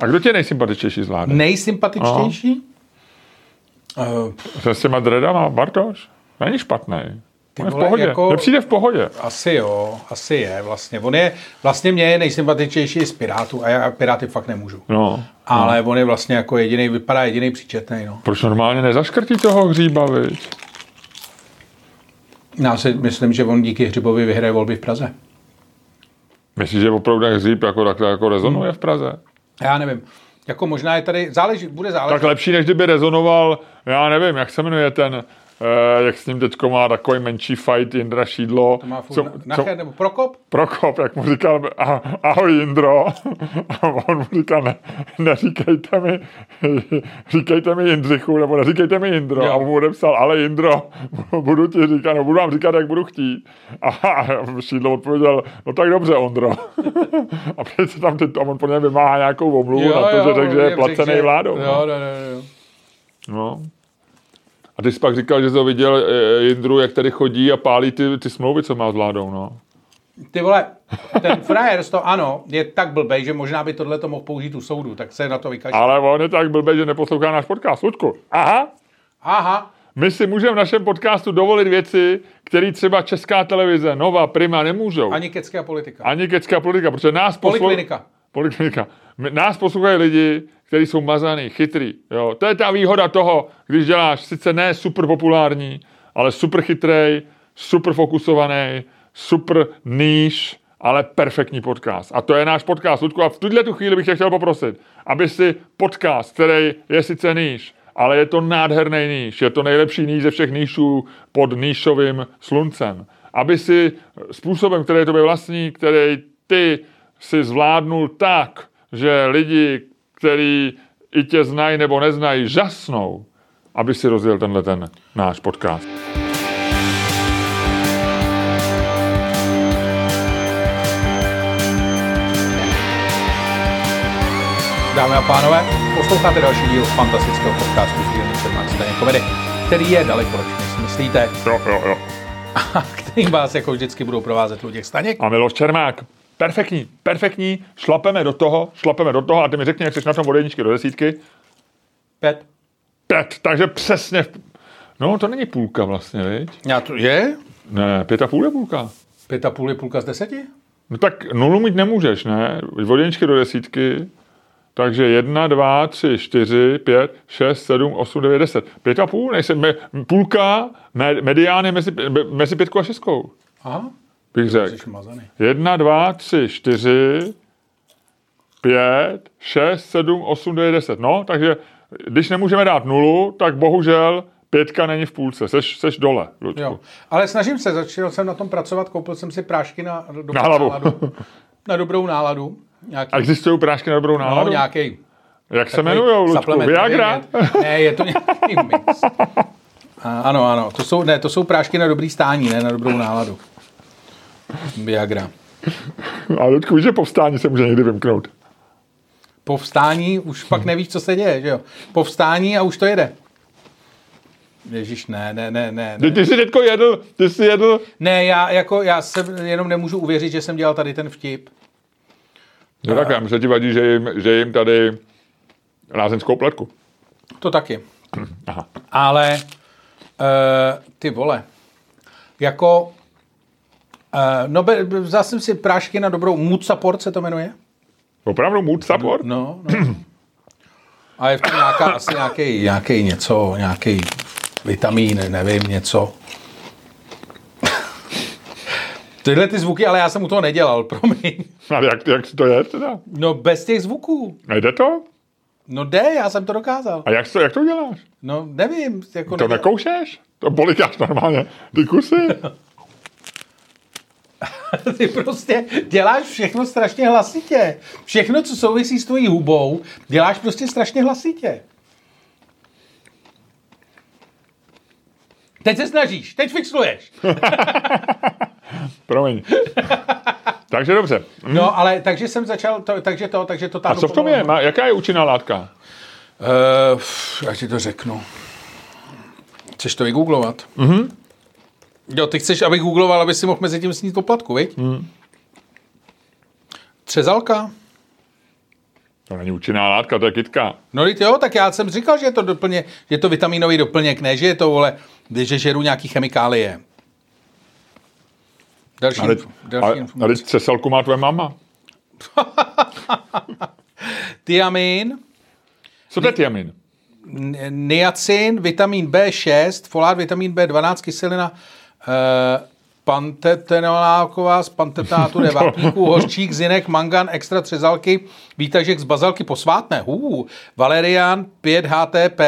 Speaker 1: A kdo tě je nejsympatičtější z vlády?
Speaker 2: Nejsympatičtější? Eh,
Speaker 1: Se s těma dredama, Bartoš? Není špatný. On je v
Speaker 2: vole,
Speaker 1: pohodě,
Speaker 2: jako-
Speaker 1: jako... nepřijde v pohodě.
Speaker 2: Asi jo, asi je vlastně. On je, vlastně mě je nejsympatičnější z Pirátů a já Piráty fakt nemůžu.
Speaker 1: No.
Speaker 2: Ale on je vlastně jako jediný, vypadá jediný příčetný, no.
Speaker 1: Proč normálně nezaškrtí toho hříba, viď?
Speaker 2: Já si myslím, že on díky Hřibovi vyhraje volby v Praze.
Speaker 1: Myslíš, že opravdu ten hříb jako takhle jako rezonuje v
Speaker 2: Hmm.
Speaker 1: Praze?
Speaker 2: Já nevím, jako možná je tady, záleží, bude záležet.
Speaker 1: Tak lepší, než kdyby rezonoval, já nevím, jak se jmenuje ten, eh, jak s ním teďko má takový menší fight Jindra Šídlo.
Speaker 2: Má furt na, Nacher nebo Prokop?
Speaker 1: Prokop, jak mu říkal, a- ahoj Jindro. A on mu říkal, ne, neříkejte mi, říkejte mi Jindřichu, nebo neříkejte mi Jindro.
Speaker 2: Jo.
Speaker 1: A on mu odepsal, ale Jindro, budu ti říkat, no, budu vám říkat, jak budu chtít. A, a Šídlo odpověděl, no tak dobře, Ondro. a přece tam teď, a on po něm vymáhá nějakou omluvu na to, že řekl, že je
Speaker 2: on
Speaker 1: placený
Speaker 2: že-
Speaker 1: vládou.
Speaker 2: Jo, no, no, no.
Speaker 1: No. A ty jsi pak říkal, že jsi ho viděl eh, Jindru, jak tady chodí a pálí ty, ty smlouvy, co má s vládou, no.
Speaker 2: Ty vole, ten frajer z to ano, je tak blbej, že možná by tohle to mohl použít u soudu, tak se na to vykaž.
Speaker 1: Ale on je tak blbý, že neposlouchá náš podcast. Ludku, aha,
Speaker 2: Aha,
Speaker 1: my si můžeme v našem podcastu dovolit věci, které třeba Česká televize, Nova, Prima nemůžou. Ani,
Speaker 2: ani kecká politika.
Speaker 1: Ani kecká politika, protože nás poslu-
Speaker 2: Poliklinika.
Speaker 1: Poliklinika. My- Nás poslouchají lidi, kteří jsou mazaný, chytrý. Jo. To je ta výhoda toho, když děláš sice ne super populární, ale super chytrej, super fokusovaný, super níž, ale perfektní podcast. A to je náš podcast, Ludku. A v tuhle tu chvíli bych tě chtěl poprosit, aby si podcast, který je sice níž, ale je to nádherný níž. Je to nejlepší níž ze všech níšů pod níšovým sluncem. Aby si způsobem, který je tobě vlastní, který ty si zvládnul tak, že lidi, který i tě znají nebo neznají, žasnou, aby si rozjel tenhle ten náš podcast.
Speaker 2: Dámy a pánové, posloucháte další díl fantastického podcastu s dílny Sedmáctené komedy, který je daleko lepší, než si myslíte,
Speaker 1: Jo, jo, jo.
Speaker 2: a který vás jako vždycky budou provázet Luděk Staněk.
Speaker 1: A Miloš Čermák. Perfektní, perfektní, šlapeme do toho, šlapeme do toho a ty mi řekni, jak jsi na tom od jedničky do desítky.
Speaker 2: Pet.
Speaker 1: Pět, takže přesně. v- No, to není půlka vlastně, viď?
Speaker 2: Já to je?
Speaker 1: Ne, pět a půl je půlka.
Speaker 2: Pět a půl je půlka z deseti?
Speaker 1: No tak nulu mít nemůžeš, ne? Od jedničky do desítky. Takže jedna, dva, tři, čtyři, pět, šest, sedm, osm, devět, deset. Pět a půl, nejsem, me, půlka, me, medián je mezi, me- mezi pětkou a šestkou,
Speaker 2: Aha,
Speaker 1: bych řekl.
Speaker 2: jsi mazany.
Speaker 1: Jedna, dva, tři, čtyři, pět, šest, sedm, osm, devět, deset. No, takže když nemůžeme dát nulu, tak bohužel pětka není v půlce. Seš, seš dole, Ludku.
Speaker 2: Jo. Ale snažím se, začal jsem na tom pracovat, koupil jsem si prášky na, dobrou
Speaker 1: Na hlavu.
Speaker 2: náladu. Na dobrou náladu. Nějaký,
Speaker 1: A existují prášky na dobrou náladu?
Speaker 2: no, nějaký
Speaker 1: Jak se jmenují, Ludku?
Speaker 2: Supplement,
Speaker 1: Viagra?
Speaker 2: nevím, je- Ne, je to nějaký mix. A, ano, ano, to jsou, ne, to jsou prášky na dobrý stání, ne na dobrou náladu. Viagra.
Speaker 1: A Ludku, víš, že povstání se může někdy vymknout.
Speaker 2: Po vstání už pak nevíš, co se děje, že jo? Po vstání a už to jede. Ježíš, ne, ne, ne, ne. ne.
Speaker 1: Ty, ty jsi teďko jedl, ty jsi jedl.
Speaker 2: Ne, já, jako, já jsem jenom nemůžu uvěřit, že jsem dělal tady ten vtip.
Speaker 1: No tak, já myslím, že ti vadí, že jim, že jim tady lázeňskou pletku.
Speaker 2: To taky.
Speaker 1: Aha.
Speaker 2: Ale uh, ty vole, jako, uh, no be- be- vzal jsem si prášky na dobrou, mood support se to jmenuje?
Speaker 1: Opravdu mood support?
Speaker 2: No, no. A je v tom nějaká, asi nějaký, nějaký něco, nějaký vitamín, nevím, něco. Tyhle ty zvuky, ale já jsem u toho nedělal, promiň.
Speaker 1: A no, jak, jak si to je teda?
Speaker 2: No bez těch zvuků.
Speaker 1: Nejde to?
Speaker 2: No jde, já jsem to dokázal.
Speaker 1: A jak to, jak to děláš?
Speaker 2: No nevím, jako
Speaker 1: To
Speaker 2: nedělal.
Speaker 1: nekoušeš? To bolikáš normálně. Ty kusy.
Speaker 2: Ty prostě děláš všechno strašně hlasitě. Všechno, co souvisí s tvojí hubou, děláš prostě strašně hlasitě. Teď se snažíš, teď fixluješ.
Speaker 1: Promiň. Takže dobře.
Speaker 2: No, ale takže jsem začal, to, takže to, takže to tam.
Speaker 1: Mhm. A co v tom je? Má- Jaká je účinná látka?
Speaker 2: Uh, já ti to řeknu. Chceš to vygooglovat? Mhm. Jo, ty chceš, abych googloval, aby si mohl mezi tím snít poplatku, viď? Mm.
Speaker 1: Mhm.
Speaker 2: Třezalka.
Speaker 1: To není účinná látka, to je kytka.
Speaker 2: No teď jo, tak já jsem říkal, že je to, doplně, že je to vitaminový doplněk, ne, že je to, vole, že žeru nějaký chemikálie. Další,
Speaker 1: Ale,
Speaker 2: inf- další
Speaker 1: ale, ale
Speaker 2: informace.
Speaker 1: třeselku má tvoje mama.
Speaker 2: Tiamin,
Speaker 1: Co to je tiamin?
Speaker 2: n- niacin, vitamin B6, folát, vitamin B12, kyselina eh, pantetenoláková z pantetátu je vápníku, hořčík, zinek, mangan, extra třezalky, výtažek z bazalky posvátné, hů, valerian, 5-HTP,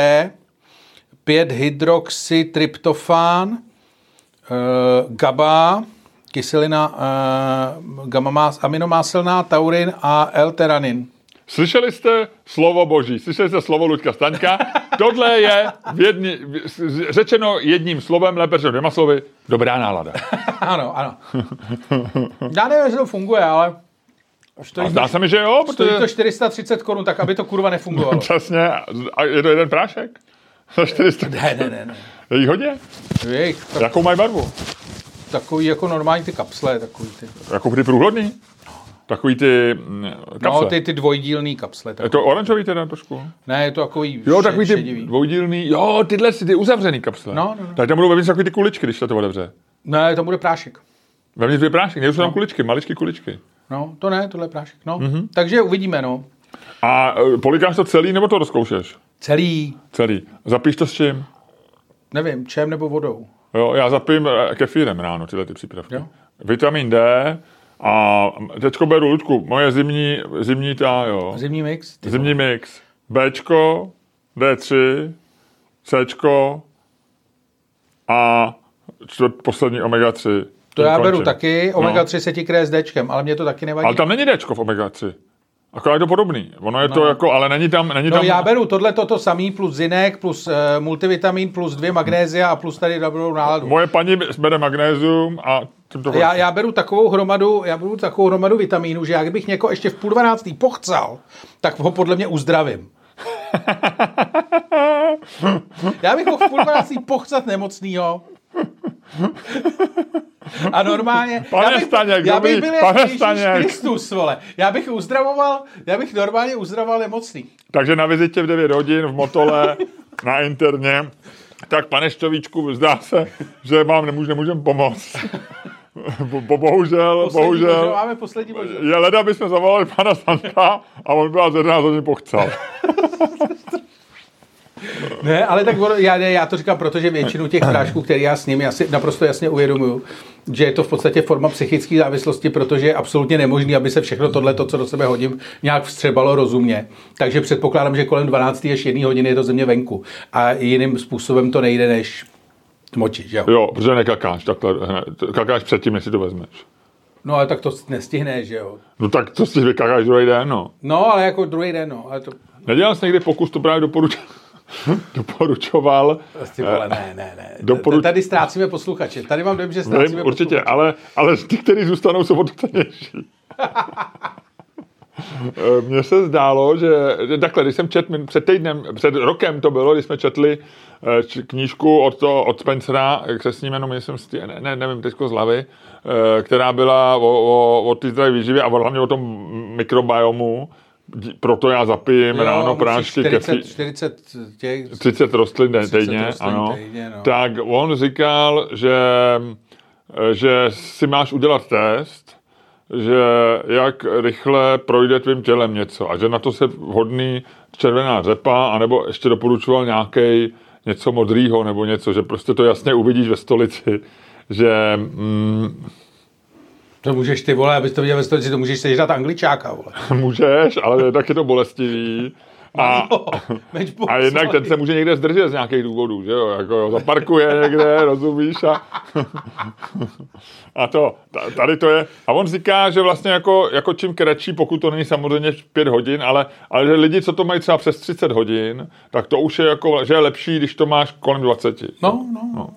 Speaker 2: 5-hydroxytryptofán, uh, eh, GABA, kyselina uh, gamma más, aminomáselná, taurin a L-teranin.
Speaker 1: Slyšeli jste slovo boží, slyšeli jste slovo Luďka Staňka. Tohle je v jedni, v- s- řečeno jedním slovem, lépe řečeno dvěma slovy, dobrá nálada.
Speaker 2: Ano, ano. Já nevím, jestli to funguje, ale
Speaker 1: A
Speaker 2: stojí, to,
Speaker 1: zdá se mi, že jo,
Speaker 2: stojí to
Speaker 1: protože...
Speaker 2: 430 korun, tak aby to kurva nefungovalo.
Speaker 1: Přesně, a je to jeden prášek? Za 400.
Speaker 2: Ne, ne, ne, ne.
Speaker 1: Je jich hodně?
Speaker 2: Jejich, tak,
Speaker 1: Jakou mají barvu?
Speaker 2: takový jako normální ty kapsle, takový ty.
Speaker 1: Jako ty průhodný? Takový ty mm, kapsle.
Speaker 2: No, ty, ty dvojdílný kapsle.
Speaker 1: Je
Speaker 2: Tak.
Speaker 1: to oranžový teda trošku?
Speaker 2: Ne, je to takový
Speaker 1: Jo, takový
Speaker 2: šed-
Speaker 1: ty
Speaker 2: šedivý.
Speaker 1: dvoudílný, jo, tyhle si, ty uzavřený kapsle.
Speaker 2: No, no, no.
Speaker 1: Tak tam budou vevnitř takový ty kuličky, když se to otevře.
Speaker 2: Ne, to bude prášek.
Speaker 1: Vevnitř dvě prášky, nejsou tam kuličky, maličky kuličky.
Speaker 2: No, to ne, tohle je prášek. No, mm-hmm. takže uvidíme, no.
Speaker 1: A e, polikáš to celý, nebo to rozkoušeš?
Speaker 2: Celý,
Speaker 1: Celý. Zapíš to s čím?
Speaker 2: nevím, čem nebo vodou.
Speaker 1: Jo, já zapím eh, kefírem ráno tyhle ty přípravky.
Speaker 2: Jo.
Speaker 1: Vitamin D a teďko beru Ludku, moje zimní, zimní ta, jo.
Speaker 2: Zimní mix? Ty.
Speaker 1: Zimní mix. Bčko, D3, Cčko a čtvrt, poslední omega 3.
Speaker 2: No. To já beru taky, omega-3 se ti kré s Dčkem, ale mě to taky nevadí.
Speaker 1: Ale tam není Dčko v omega 3. Akorát je to podobný. Ono je no. to jako, ale není tam... Není
Speaker 2: No
Speaker 1: tam
Speaker 2: já beru tohle toto samý plus zinek, plus uh, multivitamin, plus dvě magnézia a plus tady dobrou náladu.
Speaker 1: Moje paní bere magnézium a tím to
Speaker 2: Já, já beru takovou hromadu, já beru takovou hromadu vitamínů, že já kdybych někoho ještě v půl dvanáctý pochcal, tak ho podle mě uzdravím. Já bych ho v půl dvanáctý pochcat nemocnýho. A normálně,
Speaker 1: Pane
Speaker 2: já bych,
Speaker 1: Staněk,
Speaker 2: já bych
Speaker 1: dobrý,
Speaker 2: byl
Speaker 1: pane
Speaker 2: jak Ježíš
Speaker 1: Staněk.
Speaker 2: Kristus, vole. Já bych uzdravoval, já bych normálně uzdravoval nemocný.
Speaker 1: Takže na vizitě v 9 hodin v Motole na interně. Tak pane Šťovíčku, zdá se, že vám nemůže, nemůžem pomoct. Bo, bo, bohužel,
Speaker 2: Poslední božel,
Speaker 1: bohužel.
Speaker 2: máme poslední božel.
Speaker 1: Je leda, by jsme zavolali pana Santa a on byl za 11 hodin pochcel.
Speaker 2: Ne, ale tak ono- já, ne, já to říkám, protože většinu těch prášků, které já s nimi asi naprosto jasně uvědomuju, že je to v podstatě forma psychické závislosti, protože je absolutně nemožný, aby se všechno tohle, to, co do sebe hodím, nějak vstřebalo rozumně. Takže předpokládám, že kolem 12 až 1 hodiny je to země venku. A jiným způsobem to nejde, než močit, že jo?
Speaker 1: Jo, protože nekakáš takhle, hned. kakáš předtím, než si to vezmeš.
Speaker 2: No ale tak to nestihne, že jo?
Speaker 1: No tak to si vykakáš druhý den, no.
Speaker 2: No, ale jako druhý den, no. Ale to...
Speaker 1: Nedělal jsi někdy pokus, to právě doporučoval. doporučoval
Speaker 2: Ty prostě, vole, ne, ne, ne.
Speaker 1: Eh, doporuč-
Speaker 2: Tady ztrácíme posluchače. Tady mám dojem, že ztrácíme
Speaker 1: Vím, určitě, ale, ale ty, kteří zůstanou, jsou odtanější. Eh, Mně se zdálo, že že takhle, když jsem četl min- před týdnem, před rokem to bylo, když jsme četli eh, č- knížku od, to, od Spencera, jak se s ním jenom jsem, stí, ne, ne, nevím, teďko z hlavy, eh, která byla o, o, o té zdravé výživě a o- hlavně o tom mikrobiomu, Dí- proto já zapijím jo,
Speaker 2: No,
Speaker 1: ráno prášky, kefí,
Speaker 2: 40, 40 těch...
Speaker 1: 30 rostlin den
Speaker 2: 30
Speaker 1: týdně,
Speaker 2: rostlin
Speaker 1: ano.
Speaker 2: týdně, no.
Speaker 1: Tak on říkal, že, že si máš udělat test, že jak rychle projde tvým tělem něco a že na to se vhodný červená řepa, anebo ještě doporučoval nějaký něco modrýho nebo něco, že prostě to jasně uvidíš ve stolici, že mm,
Speaker 2: To můžeš ty vole, abys to viděl ve stolici, to můžeš sežrat angličáka, vole.
Speaker 1: můžeš, ale tak je to bolestivý. A, A jednak ten se může někde zdržet z nějakých důvodů, že jo? Jako jo, zaparkuje někde, rozumíš? A, a to, ta- tady to je. A on říká, že vlastně jako, jako čím kratší, pokud to není samozřejmě 5 hodin, ale, ale že lidi, co to mají třeba přes 30 hodin, tak to už je jako, že je lepší, když to máš kolem 20.
Speaker 2: No, no, no.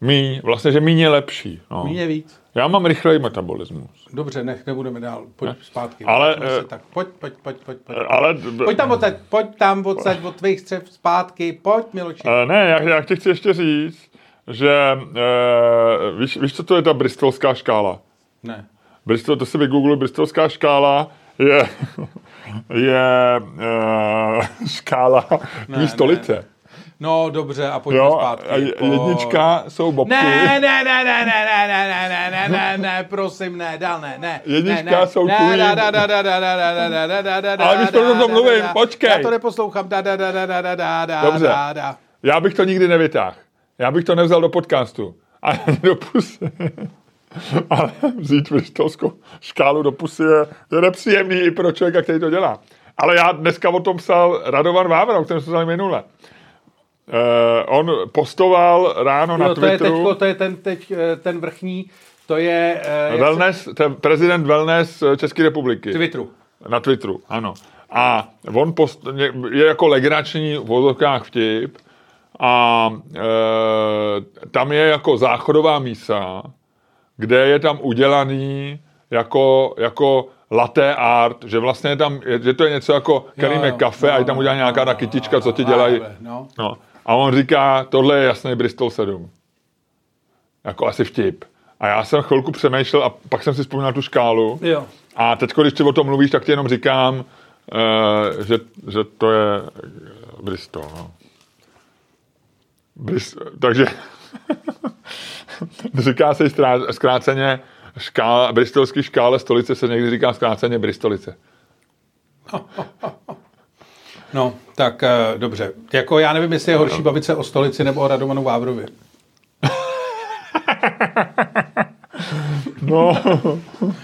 Speaker 1: Míň, vlastně, že míň je lepší. No.
Speaker 2: Míň je víc.
Speaker 1: Já mám rychlej metabolismus.
Speaker 2: Dobře, nech, nebudeme dál, pojď zpátky.
Speaker 1: Ale,
Speaker 2: Vrátíme se
Speaker 1: eh,
Speaker 2: tak. Pojď, pojď, pojď, pojď, pojď.
Speaker 1: Ale...
Speaker 2: Pojď tam odsaď, pojď tam odsaď od tvých střev zpátky, pojď Miloši.
Speaker 1: Eh, Ne, já, já ti chci ještě říct, že eh, víš, víš, co to je ta bristolská škála?
Speaker 2: Ne.
Speaker 1: Bristol, to si vygoogluji, bristolská škála je, je uh, škála
Speaker 2: ne.
Speaker 1: tvý stolice.
Speaker 2: No dobře, a pojďme
Speaker 1: Jo,
Speaker 2: zpátky.
Speaker 1: a je- jednička jsou bobky.
Speaker 2: Ne, ne, ne, ne, ne, ne, ne, ne, ne, ne, ne, ne, prosím, ne, dál ne, ne.
Speaker 1: Jednička
Speaker 2: ne, ne,
Speaker 1: jsou
Speaker 2: ne,
Speaker 1: Queen.
Speaker 2: da, da, da, da, da, da, da, da, da, da, da, da, da,
Speaker 1: Ale když to
Speaker 2: da,
Speaker 1: rovnou
Speaker 2: da,
Speaker 1: mluvím,
Speaker 2: da, da.
Speaker 1: počkej.
Speaker 2: Já to neposlouchám, da, da, da, da, da, da, da, da,
Speaker 1: Dobře.
Speaker 2: da, da.
Speaker 1: Já bych to nikdy nevytáhl. Já bych to nevzal do podcastu. A do pusy. Ale vzít bristolskou škálu do pusy je, je nepříjemný i pro člověka, který to dělá. Ale já dneska o tom psal Radovan Vávra, o kterém jsme psali minule. Uh, on postoval ráno na
Speaker 2: Jo, to je
Speaker 1: Twitteru.
Speaker 2: teďko, to je ten, teď, eh, ten vrchní, to je eh, jak se-
Speaker 1: Wellness, to je prezident Wellness eh, České republiky.
Speaker 2: Twitteru.
Speaker 1: Na Twitteru, ano. A on post, ně- je jako legrační v vozovkách vtip a e, tam je jako záchodová mísa, kde je tam udělaný jako, jako latte art, že vlastně je tam, je- že to je něco jako, kterým je
Speaker 2: jo.
Speaker 1: kafe
Speaker 2: No,
Speaker 1: a je tam udělá nějaká ta kytička, co ti
Speaker 2: no,
Speaker 1: dělají.
Speaker 2: no, no.
Speaker 1: No. A on říká, tohle je jasný Bristol 7 jako asi vtip. A já jsem chvilku přemýšlel a pak jsem si vzpomněl tu škálu.
Speaker 2: Jo.
Speaker 1: A teď, když ti o tom mluvíš, tak ti jenom říkám, eh, že, že to je eh, Bristol. No. Bristol. Takže říká se jí zkrá- zkráceně škála, bristolský škále stolice se někdy říká zkráceně bristolice.
Speaker 2: No, tak eh, dobře. Jako já nevím, jestli je horší bavit se o Stolici nebo o Radomanu Vávrovi.
Speaker 1: No,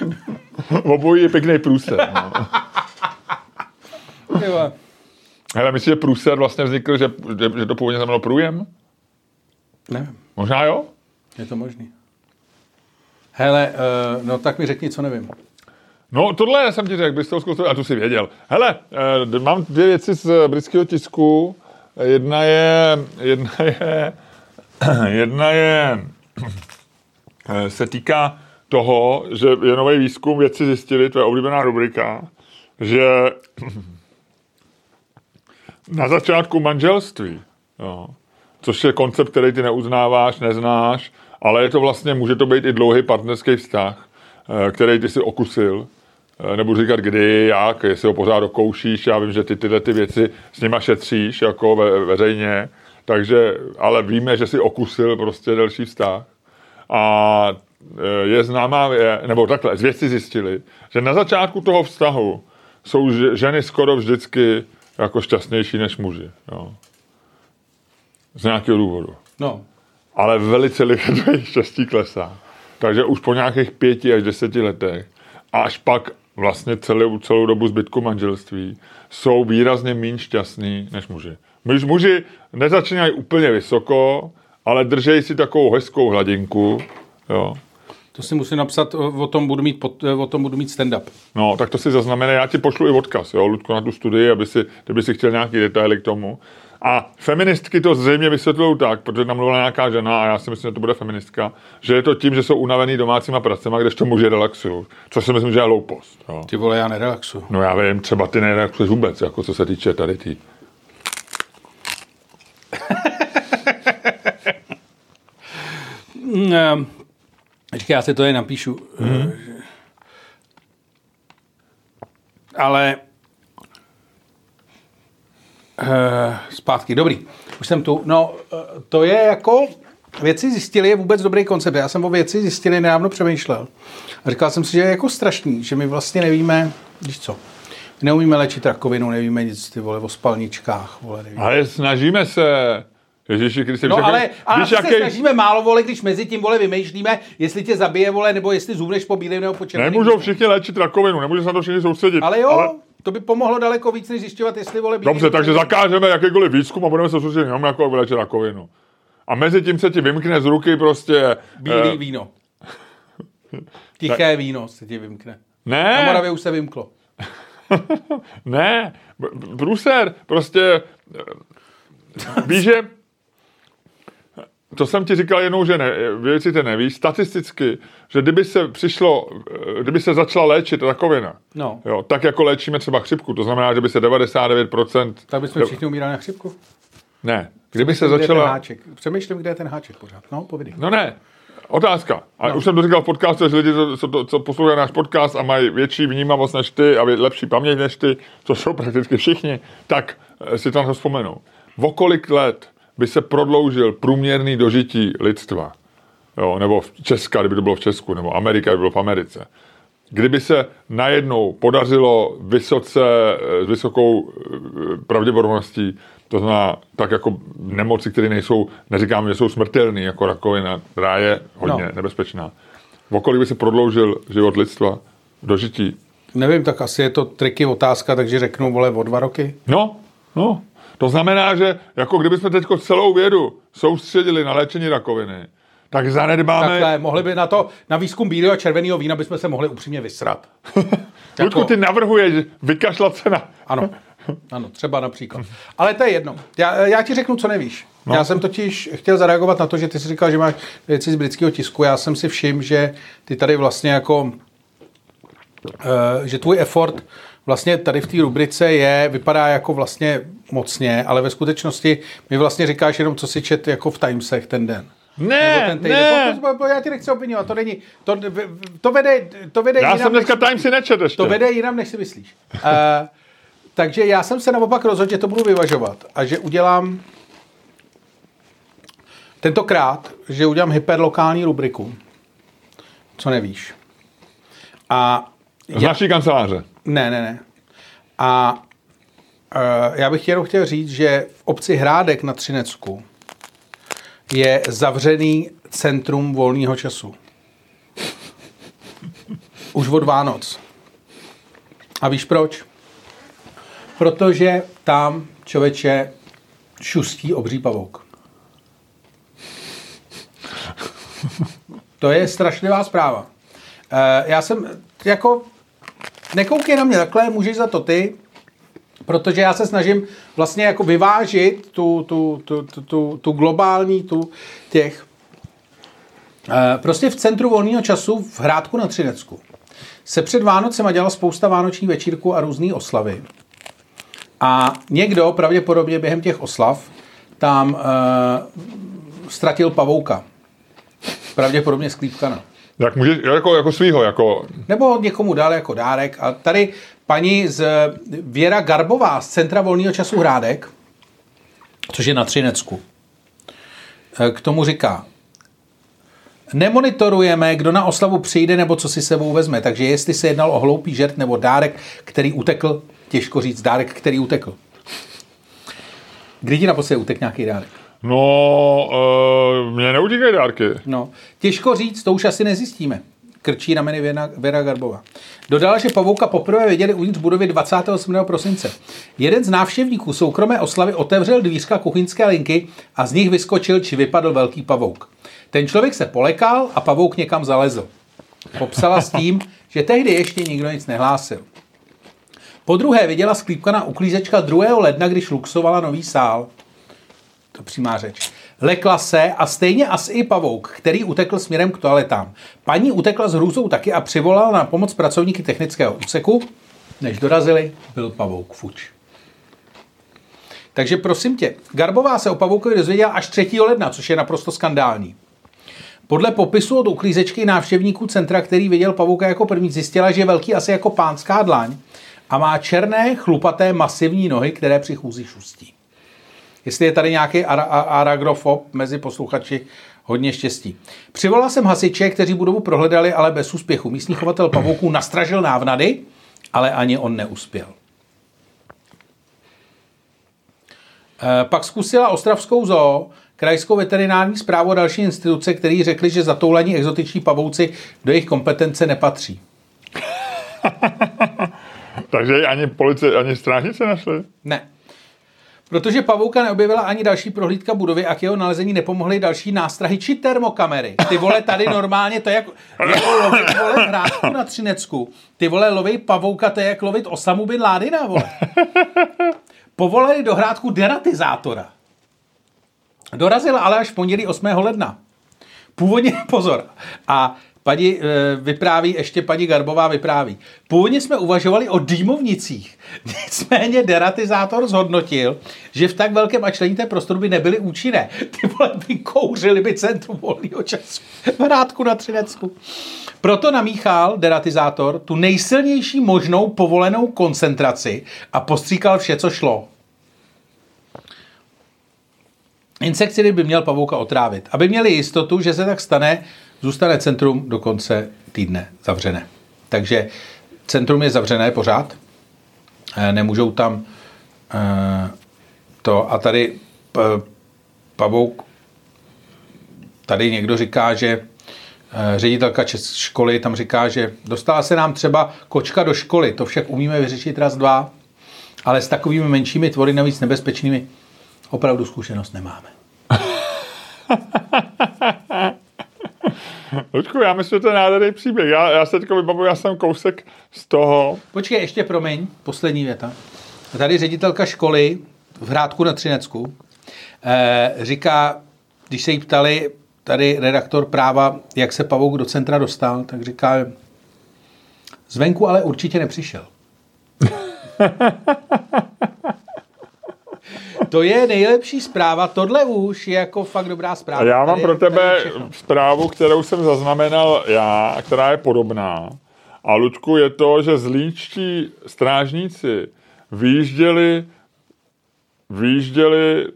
Speaker 1: obojí je pěkný průser. No.
Speaker 2: Ty vole.
Speaker 1: Hele, myslíš, že průser vlastně vznikl, že, že, že to původně znamenalo průjem?
Speaker 2: Nevím.
Speaker 1: Možná jo?
Speaker 2: Je to možný. Hele, eh, no tak mi řekni, co nevím.
Speaker 1: No tohle jsem ti řekl, bristolskou story, a tu si věděl. Hele, eh, mám dvě věci z eh, britského tisku. Jedna je, jedna je, jedna je, eh, se týká toho, že je nový výzkum, vědci zjistili, to je oblíbená rubrika, že na začátku manželství, jo, což je koncept, který ty neuznáváš, neznáš, ale je to vlastně, může to být i dlouhý partnerský vztah, eh, který ty si okusil, Eh, nebudu říkat kdy, jak, jestli ho pořád dokoušíš, já vím, že ty tyhle ty věci s nima šetříš jako ve, veřejně, takže, ale víme, že si okusil prostě delší vztah a eh, je známá, je, nebo takhle, vědci zjistili, že na začátku toho vztahu jsou ž- ženy skoro vždycky jako šťastnější než muži. Jo. Z nějakého důvodu.
Speaker 2: No,
Speaker 1: Ale velice rychle to jejich štěstí klesá. Takže už po nějakých pěti až deseti letech, až pak vlastně celou, celou dobu zbytku manželství, jsou výrazně méně šťastní než muži. Muž, muži nezačínají úplně vysoko, ale držejí si takovou hezkou hladinku. Jo.
Speaker 2: to si musím napsat, o o tom budu mít, pod, o tom budu mít stand-up.
Speaker 1: No, tak to si zaznamená. Já ti pošlu i odkaz, jo, Ludku, na tu studii, aby si, kdyby si chtěl nějaký detaily k tomu. A feministky to zřejmě vysvětlují tak, protože tam mluvila nějaká žena a já si myslím, že to bude feministka, že je to tím, že jsou unavený domácíma pracema, kdežto muži relaxují, což si myslím, že je hloupost. Jo.
Speaker 2: Ty vole, já nerelaxu.
Speaker 1: No já vím, třeba ty nereaxuješ vůbec, jako co se týče tady ty.
Speaker 2: Mm, Počkej, já si to tady napíšu. Mm. Ale eh, zpátky, dobrý. Už jsem tu. No, eh, to je jako, věci zjistili, je vůbec dobrý koncept. Já jsem o věci zjistili nedávno přemýšlel. A říkal jsem si, že je jako strašný, že my vlastně nevíme, víš co, my neumíme léčit rakovinu, nevíme nic, ty vole, o spalničkách, vole, nevíme.
Speaker 1: Ale snažíme se, Ježíši Kriste,
Speaker 2: No
Speaker 1: všechny-
Speaker 2: ale, ale
Speaker 1: víš,
Speaker 2: Víš, se snažíme málo, vole, když mezi tím, vole, vymýšlíme, jestli tě zabije, vole, nebo jestli zubneš po bílém nebo po červeném.
Speaker 1: Nemůžou všichni léčit rakovinu, nemůžou se na to všichni soustředit.
Speaker 2: Ale jo,
Speaker 1: ale
Speaker 2: ale... to by pomohlo daleko víc, než zjišťovat, jestli, vole, bílý
Speaker 1: Dobře,
Speaker 2: nebo
Speaker 1: takže
Speaker 2: červený.
Speaker 1: zakážeme jakýkoliv výzkum a budeme se soustředit jenom na koho vyléčit rakovinu. A mezi tím se ti vymkne z ruky prostě...
Speaker 2: Bílý
Speaker 1: eh,
Speaker 2: víno. Tiché víno se ti vymkne. Na
Speaker 1: Ne,
Speaker 2: Moravě už se vymklo.
Speaker 1: ne, b- b- průser, prostě... eh, Víš, že... To jsem ti říkal jednou, že ne, věci ty nevíš, statisticky, že kdyby se přišlo, eh, kdyby se začala léčit rakovina,
Speaker 2: No.
Speaker 1: jo, tak jako léčíme třeba chřipku, to znamená, že by se 99%...
Speaker 2: Tak bychom všichni umírali na chřipku.
Speaker 1: Ne, kdyby se
Speaker 2: Kde je ten
Speaker 1: začala...
Speaker 2: háček? Přemýšlím, kde je ten háček pořád. No, povědej.
Speaker 1: No ne, otázka. A no. už jsem to říkal v podcastu, že lidi, co, co, to- co poslouchají náš podcast a mají větší vnímavost než ty a lepší paměť než ty, co jsou prakticky všichni, tak eh, si tam to vzpomenou. O kolik let by se prodloužil průměrný dožití lidstva? Jo, nebo v Česka, kdyby to bylo v Česku, nebo Amerika, kdyby bylo v Americe. Kdyby se najednou podařilo vysoce, eh, s vysokou eh, pravděpodobností, to znamená tak jako nemoci, které nejsou, neříkám, že jsou smrtelné, jako rakovina, která je hodně no.
Speaker 2: No.
Speaker 1: nebezpečná. Okolik by se prodloužil život lidstva, dožití?
Speaker 2: Nevím, tak asi je to triky otázka, takže řeknu, vole, o dva roky.
Speaker 1: No, no. To znamená, že jako kdybychom teď celou vědu soustředili na léčení rakoviny, tak zanedbáme...
Speaker 2: Takhle, mohli by na to, na výzkum bílého a červeného vína bychom se mohli upřímně vysrat.
Speaker 1: Ludku, ty navrhuješ vykašlat se na...
Speaker 2: Ano, ano, třeba například. Ale to je jedno. Já, já ti řeknu, co nevíš. No. Já jsem totiž chtěl zareagovat na to, že ty jsi říkal, že máš věci z britského tisku. Já jsem si všiml, že ty tady vlastně jako, eh, že tvůj effort vlastně tady v té rubrice je, vypadá jako vlastně mocně, ale ve skutečnosti mi vlastně říkáš jenom, co si čet jako v Timesech ten den. Nebo
Speaker 1: Ne,
Speaker 2: ten týden.
Speaker 1: ne.
Speaker 2: Po- po- po- Já ti nechci obvinovat, to není, to, to vede, to vede
Speaker 1: Já
Speaker 2: jinam,
Speaker 1: jsem
Speaker 2: než-
Speaker 1: dneska Time si nečet ještě.
Speaker 2: to vede jinam, než si myslíš. Uh, takže já jsem se naopak rozhodl, že to budu vyvažovat a že udělám tentokrát, že udělám hyperlokální rubriku. Co nevíš. A
Speaker 1: Z naší kanceláře.
Speaker 2: ne, ne, ne. A e, já bych jenom chtěl říct, že v obci Hrádek na Třinecku je zavřený centrum volného času. Už od Vánoc. A víš proč? Protože tam člověče šustí obří pavouk. To je strašlivá zpráva. E, Já jsem jako nekoukej na mě takhle, můžeš za to ty, protože já se snažím vlastně jako vyvážit tu, tu, tu, tu, tu, tu globální, tu těch, Eh, prostě v centru volného času v Hrádku na Třinecku se před Vánocema dělala spousta vánočních večírků a různé oslavy. A někdo pravděpodobně během těch oslav tam uh, ztratil pavouka. Pravděpodobně sklípkana.
Speaker 1: Jak může, jako, jako svýho, jako,
Speaker 2: Nebo někomu dal jako dárek. A tady paní z Věra Garbová z Centra volného času Hrádek, což je na Třinecku, eh, k tomu říká, Nemonitorujeme, kdo na oslavu přijde nebo co si sebou vezme, takže jestli se jednal o hloupý žert nebo dárek, který utekl, těžko říct, dárek, který utekl. Kdy ti naposledy utek nějaký dárek?
Speaker 1: no, uh, mě neutíkají dárky.
Speaker 2: No, těžko říct, to už asi nezjistíme. Krčí rameny Věna, Věra Garbova. Dodala, že pavouka poprvé viděli uvnitř budovy 28. prosince. Jeden z návštěvníků soukromé oslavy otevřel dvířka kuchyňské linky a z nich vyskočil či vypadl velký pavouk. Ten člověk se polekal a pavouk někam zalezl. Popsala s tím, že tehdy ještě nikdo nic nehlásil. Po druhé viděla sklípkana uklízečka 2. ledna, když luxovala nový sál. To přímá řeč. Lekla se a stejně asi i pavouk, který utekl směrem k toaletám. Paní utekla s hrůzou taky a přivolala na pomoc pracovníky technického úseku. Než dorazili, byl pavouk fuč. Takže prosím tě, Garbová se o pavoukovi dozvěděla až 3. ledna, což je naprosto skandální. Podle popisu od uklízečky návštěvníků centra, který viděl pavouka jako první, zjistila, že je velký asi jako pánská dláň a má černé, chlupaté, masivní nohy, které při chůzi šustí. Jestli je tady nějaký ara- a- aragrofob mezi posluchači, hodně štěstí. Přivolal jsem hasiče, kteří budovu prohledali, ale bez úspěchu. Místní chovatel pavouků nastražil návnady, ale ani on neuspěl. Eh, Pak zkusila Ostravskou zoo, krajskou veterinární zprávu a další instituce, které řekly, že zatoulení exotiční pavouci do jejich kompetence nepatří.
Speaker 1: Takže ji ani policie, ani strážnice našli.
Speaker 2: Ne. Protože pavouka neobjevila ani další prohlídka budovy a k jeho nalezení nepomohly další nástrahy či termokamery. Ty vole, tady normálně to je jak, jako lovit vole hrádku na Třinecku. Ty vole, lovej pavouka, to je jak lovit Osamu Bin Ládina, vole. Povolali do hrádku deratizátora. Dorazila ale až v pondělí 8. ledna. Původně, pozor, a paní e, vypráví, ještě paní Garbová vypráví. Původně jsme uvažovali o dýmovnicích, nicméně deratizátor zhodnotil, že v tak velkém a členité prostoru by nebyly účinné. Ty vole by kouřili by centrum volného času v Hrádku na Třinecku. Proto namíchal deratizátor tu nejsilnější možnou povolenou koncentraci a postříkal vše, co šlo. Insekcidy by měl pavouka otrávit. Aby měli jistotu, že se tak stane, zůstane centrum do konce týdne zavřené. Takže centrum je zavřené pořád. Eh, Nemůžou tam eh, to. A tady p- pavouk, tady někdo říká, že eh, ředitelka čes- školy tam říká, že dostala se nám třeba kočka do školy, to však umíme vyřešit raz, dva, ale s takovými menšími tvory, navíc nebezpečnými, opravdu zkušenost nemáme.
Speaker 1: Ludku, já myslím, že to je nádherný příběh. Já, já se teďka vybavuji, já jsem kousek z toho.
Speaker 2: Počkej, ještě promiň, poslední věta. Tady ředitelka školy v Hrádku na Třinecku eh, říká, když se jí ptali, tady redaktor práva, jak se pavouk do centra dostal, tak říká, zvenku ale určitě nepřišel. to je nejlepší zpráva, tohle už je jako fakt dobrá
Speaker 1: A
Speaker 2: zpráva.
Speaker 1: já
Speaker 2: Tady
Speaker 1: mám
Speaker 2: je-
Speaker 1: pro
Speaker 2: tady je
Speaker 1: tebe
Speaker 2: všechno.
Speaker 1: zprávu, kterou jsem zaznamenal já, a která je podobná. A Ludku, je to, že zlínští strážníci vyjížděli, vyjížděli e,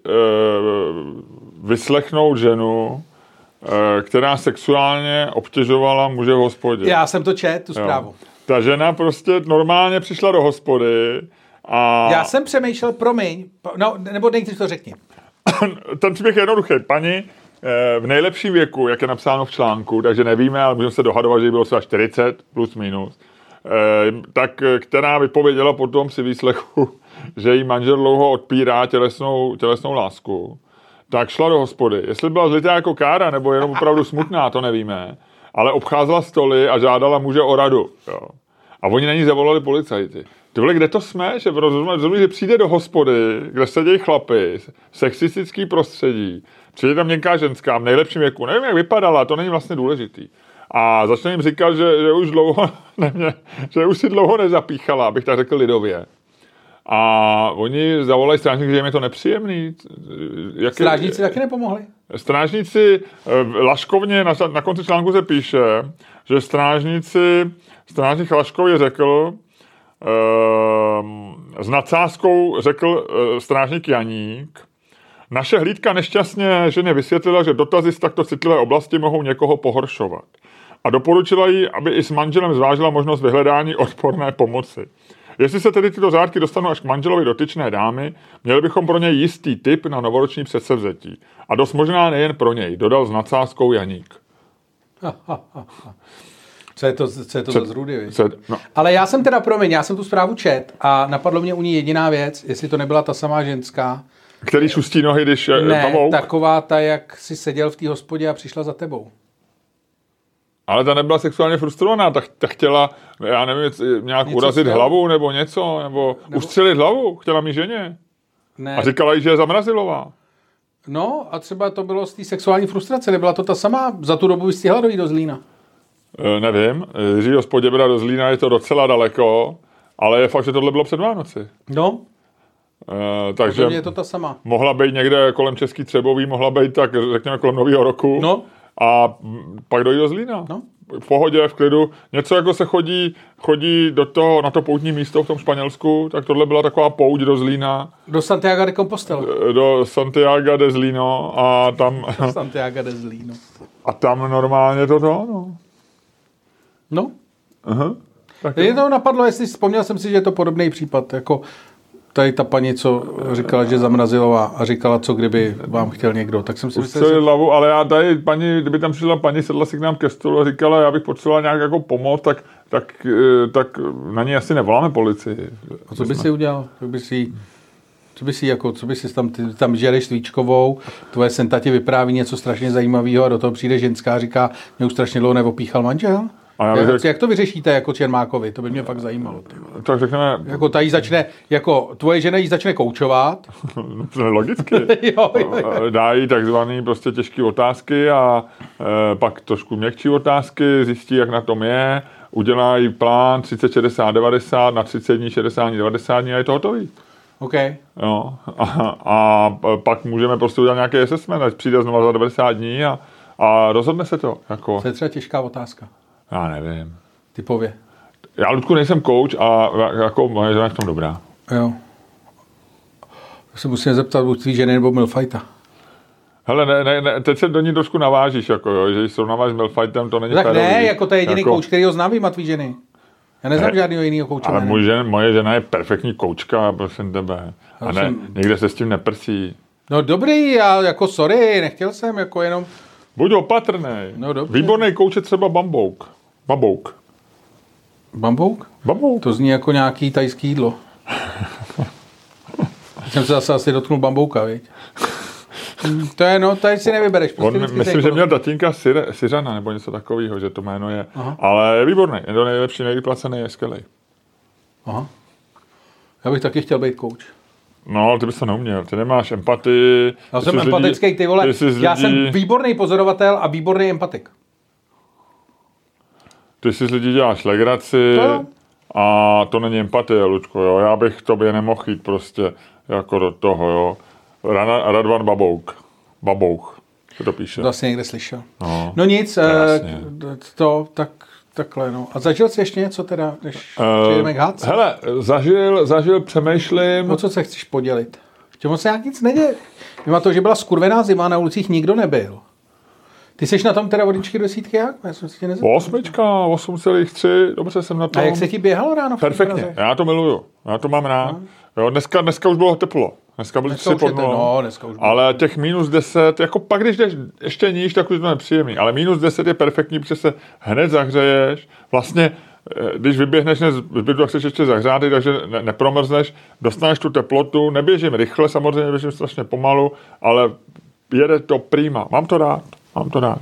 Speaker 1: vyslechnout ženu, e, která sexuálně obtěžovala muže v hospodě.
Speaker 2: Já jsem to čet, tu
Speaker 1: Jo.
Speaker 2: zprávu.
Speaker 1: Ta žena prostě normálně přišla do hospody a
Speaker 2: Já jsem přemýšlel, promiň, po- no, nebo nejdřív to řekni.
Speaker 1: ten příběh je jednoduchý. Pani eh, v nejlepším věku, jak je napsáno v článku, takže nevíme, ale můžeme se dohadovat, že jí bylo třeba 40 plus minus, eh, tak eh, která vypověděla potom si výslechu, že jí manžel dlouho odpírá tělesnou, tělesnou lásku, tak šla do hospody. Jestli byla zlitá jako kára, nebo jenom opravdu smutná, to nevíme. Ale obcházela stoly a žádala muže o radu. Jo. A oni na ní zavolali policajti. Ty vole, kde to jsme? Že rozumí, rozumí, že přijde do hospody, kde sedějí chlapy, sexistický prostředí, přijde tam nějaká ženská v nejlepším věku, nevím, jak vypadala, to není vlastně důležitý. A začne jim říkat, že, že už dlouho ne mě, že už si dlouho nezapíchala, abych tak řekl lidově. A oni zavolají strážník, že jim je to nepříjemný. Jak je-
Speaker 2: Strážníci taky nepomohli.
Speaker 1: Strážníci eh, v Laškovně na, na konci článku se píše, že strážníci, strážník Laškově řekl, eh, s nadsázkou řekl eh, strážník Janík, naše hlídka nešťastně ženě vysvětlila, že dotazy z takto citlivé oblasti mohou někoho pohoršovat. A doporučila jí, aby i s manželem zvážila možnost vyhledání odporné pomoci. Jestli se tedy tyto řádky dostanou až k manželovi dotyčné dámy, měli bychom pro něj jistý tip na novoroční předsevzetí. A dost možná nejen pro něj, dodal s nadsázkou Janík.
Speaker 2: Co je to, co je to za zrůdy, viď?
Speaker 1: Se, no,
Speaker 2: Ale já jsem teda, promiň, já jsem tu zprávu čet a napadlo mě u ní jediná věc, jestli to nebyla ta samá ženská.
Speaker 1: který šustí nohy, když eh,
Speaker 2: Ne,
Speaker 1: pavouk, tak...
Speaker 2: taková ta, jak si seděl v té hospodě a přišla za tebou.
Speaker 1: ale ta nebyla sexuálně frustrovaná, tak ta chtěla, já nevím, c- nějak
Speaker 2: Něco
Speaker 1: urazit
Speaker 2: chtěla.
Speaker 1: hlavu nebo něco, nebo, nebo... ustřelit hlavu, chtěla mi ženě.
Speaker 2: Ne.
Speaker 1: A říkala jí, že je zamrazilová.
Speaker 2: No a třeba to bylo z té sexuální frustrace, nebyla to ta samá, za tu dobu by stihla dojít do Zlína.
Speaker 1: E, nevím, Jiří z Poděbra do Zlína je to docela daleko, ale je fakt, že tohle bylo před Vánoci.
Speaker 2: No,
Speaker 1: E,
Speaker 2: že...
Speaker 1: takže
Speaker 2: je to ta samá.
Speaker 1: mohla být někde kolem Český Třebový, mohla být tak řekněme kolem Nového roku.
Speaker 2: No.
Speaker 1: A mm, pak dojde do Zlína.
Speaker 2: No.
Speaker 1: V pohodě, v klidu. Něco jako se chodí, chodí do toho, na to poutní místo v tom Španělsku, tak tohle byla taková pouť do Zlína,
Speaker 2: Do Santiago de Compostela.
Speaker 1: e, do Santiago de Zlíno a tam,
Speaker 2: Santiago de Zlíno.
Speaker 1: a tam normálně toto, no.
Speaker 2: No,
Speaker 1: Aha. Tak
Speaker 2: mě to napadlo, jestli vzpomněl jsem si, že je to podobný případ, jako tady ta paní, co říkala, že je zamrazilová a říkala, co kdyby vám chtěl někdo, tak jsem si myslel, že...
Speaker 1: Ustřelit hlavu, ale já tady, paní, kdyby tam přišla paní, sedla si k nám ke stolu a říkala, já bych potřebovala nějak jako pomoc, tak, tak, eh, tak na ní asi nevoláme policii.
Speaker 2: A co by si udělal? Co by si, co by si, jako, co by si tam, ty, tam žereš svíčkovou, tvoje senta ti vypráví něco strašně zajímavého a do toho přijde ženská a říká, mě už strašně dlouho neopíchal manžel.
Speaker 1: A já
Speaker 2: jak,
Speaker 1: bych
Speaker 2: jak,
Speaker 1: řekl-
Speaker 2: to vyřešíte jako Čermákovi? To by mě fakt zajímalo. ty.
Speaker 1: Tak řekneme,
Speaker 2: Jako ta jí začne, jako tvoje žena jí začne koučovat.
Speaker 1: no, to je logicky.
Speaker 2: jo, jo, jo.
Speaker 1: Eh, Dá jí takzvané prostě těžké otázky a eh, pak trošku měkčí otázky, zjistí, jak na tom je, udělá jí plán 30, 60, 90, na 30 dní, 60 dní, 90 dní a je to hotový.
Speaker 2: OK.
Speaker 1: Jo. A, a pak můžeme prostě udělat nějaký assessment, ať přijde znovu za 90 dní a, a rozhodne se to. Jako,
Speaker 2: To je třeba těžká otázka.
Speaker 1: já nevím.
Speaker 2: Typově.
Speaker 1: Já, Ludku, nejsem coach a jako moje žena je v tom dobrá.
Speaker 2: Jo. To se musíme zeptat buď tvý ženy nebo Milfajta.
Speaker 1: Hele, ne, ne, ne, teď se do ní trošku navážíš, jako jo, že ji srovnáváš s Milfightem, to není
Speaker 2: Tak ne,
Speaker 1: férový.
Speaker 2: jako to je jediný kouč, který ho znám, vím a tvý ženy. Já neznám
Speaker 1: Ne.
Speaker 2: žádného jiného kouče.
Speaker 1: Ale
Speaker 2: ne.
Speaker 1: můj žen, moje žena je perfektní koučka, prosím tebe. A
Speaker 2: Já
Speaker 1: ne,
Speaker 2: jsem-
Speaker 1: někde se s tím neprsí.
Speaker 2: No dobrý, já jako sorry, nechtěl jsem, jako jenom...
Speaker 1: Buď opatrný.
Speaker 2: No, dobře.
Speaker 1: Výborný kouč je třeba bambouk. Babouk.
Speaker 2: Bambouk?
Speaker 1: Babouk.
Speaker 2: To zní jako nějaký tajský jídlo. Teď jsem se zase asi dotknul bambouka, viď? Mm, To je, no, tady si nevybereš. Prostě
Speaker 1: On,
Speaker 2: vždycky
Speaker 1: myslím,
Speaker 2: tady
Speaker 1: že
Speaker 2: podobně.
Speaker 1: měl tatínka Syr, Syřana nebo něco takového, že to jméno je.
Speaker 2: Aha.
Speaker 1: Aha. Ale je výborný, je to nejlepší, nejvyplacený, je skvělý.
Speaker 2: Aha. Já bych taky chtěl být kouč.
Speaker 1: No, ty bys to neuměl, ty nemáš empatii.
Speaker 2: Já
Speaker 1: ty
Speaker 2: jsem
Speaker 1: jsi z lidí-
Speaker 2: empatický, ty vole.
Speaker 1: Ty jsi z
Speaker 2: Já
Speaker 1: lidí,
Speaker 2: jsem výborný pozorovatel a výborný empatik.
Speaker 1: Ty si z lidí děláš legraci
Speaker 2: To jo.
Speaker 1: a to není empatie, Lučko, jo. Já bych k tobě nemohl jít prostě jako do toho, jo. Rana, Radvan Babouk. Babouk. Co to píše?
Speaker 2: To asi Vlastně někde slyšel.
Speaker 1: No.
Speaker 2: No nic, eh,
Speaker 1: Krásně.
Speaker 2: to, tak, takhle, no. A zažil jsi ještě něco teda, než
Speaker 1: Eh,
Speaker 2: přijdeme k hádce?
Speaker 1: hele, zažil, zažil, přemýšlím.
Speaker 2: O co se chceš podělit? V čem se nějak nic neděje. Mimo to, že byla skurvená zima, na ulicích nikdo nebyl. Ty jsi na tom teda vodičky do desítky jak? Já jsem si tě nezeptal.
Speaker 1: Osmička, 8,3, dobře jsem na
Speaker 2: A
Speaker 1: tom.
Speaker 2: jak se ti běhalo ráno v tom
Speaker 1: Perfektně,
Speaker 2: Praze?
Speaker 1: já to miluju, já to mám rád. Jo, dneska, dneska už bylo teplo, dneska byly
Speaker 2: Dneska
Speaker 1: tři
Speaker 2: už je
Speaker 1: pod
Speaker 2: to-
Speaker 1: nulou.
Speaker 2: no, dneska už bylo.
Speaker 1: Ale těch minus 10, jako pak když jdeš ještě níž, tak už to nepříjemný, ale minus 10 je perfektní, protože se hned zahřeješ, vlastně eh, když vyběhneš hned z bytu, tak seš ještě zahřátý, takže ne, nepromrzneš, dostaneš tu teplotu, neběžím rychle, samozřejmě běžím strašně pomalu, ale jede to prima. Mám to rád, mám to rád.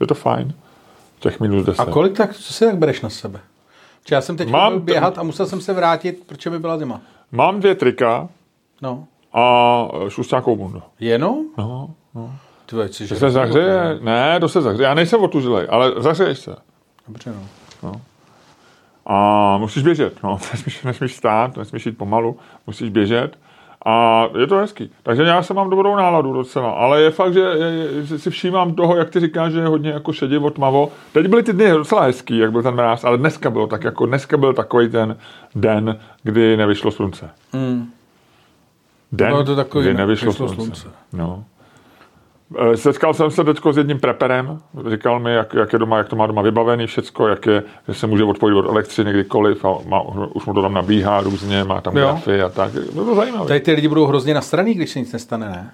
Speaker 1: Je to fajn. Těch minus 10.
Speaker 2: A kolik tak, co si tak bereš na sebe? Či já jsem teď
Speaker 1: Mám
Speaker 2: Mám
Speaker 1: t-
Speaker 2: běhat a musel jsem se vrátit, protože by byla zima.
Speaker 1: Mám dvě trika
Speaker 2: No.
Speaker 1: a eh, šustákovou bundu.
Speaker 2: Jenom?
Speaker 1: No,
Speaker 2: Tvoje, což
Speaker 1: to se
Speaker 2: no.
Speaker 1: zahřeje. Ne, to se zahřeje. Já nejsem otužilej, ale zahřeješ se.
Speaker 2: Dobře, no.
Speaker 1: A musíš běžet, no. nesmíš, nesmíš stát, nesmíš jít pomalu, musíš běžet. A je to hezký. Takže já se mám dobrou náladu docela, ale je fakt, že, je- je- že si všímám toho, jak ty říkáš, že je hodně jako šedivo, tmavo. Teď byly ty dny docela hezký, jak byl ten mráz, ale dneska bylo tak, jako dneska byl takový ten den, kdy nevyšlo slunce.
Speaker 2: Mm.
Speaker 1: Den,
Speaker 2: Bylo to takový,
Speaker 1: kdy
Speaker 2: ne-
Speaker 1: nevyšlo
Speaker 2: vyšlo
Speaker 1: slunce.
Speaker 2: slunce.
Speaker 1: slunce. No. E, Setkal jsem se teď s jedním preperem, říkal mi, jak, jak, je doma, jak to má doma vybavený všecko, jak je, že se může odpojit od elektřiny kdykoliv a má, už mu to tam nabíhá různě, má tam
Speaker 2: Jo.
Speaker 1: grafy a tak. Bylo to zajímavé.
Speaker 2: Tady ty lidi budou hrozně nasraný, když se nic nestane, ne?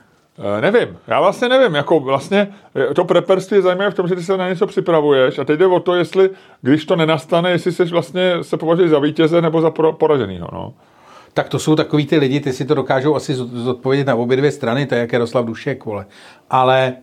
Speaker 1: E, Nevím, já vlastně nevím, jako vlastně e, to preperství je zajímavé v tom, že ty se na něco připravuješ a teď jde o to, jestli, když to nenastane, jestli seš vlastně se považuješ za vítěze nebo za pro- poraženýho, no.
Speaker 2: Tak to jsou takový ty lidi, ty si to dokážou asi zod- zodpovědět na obě dvě strany, to je jak Jaroslav Dušek, vole. Ale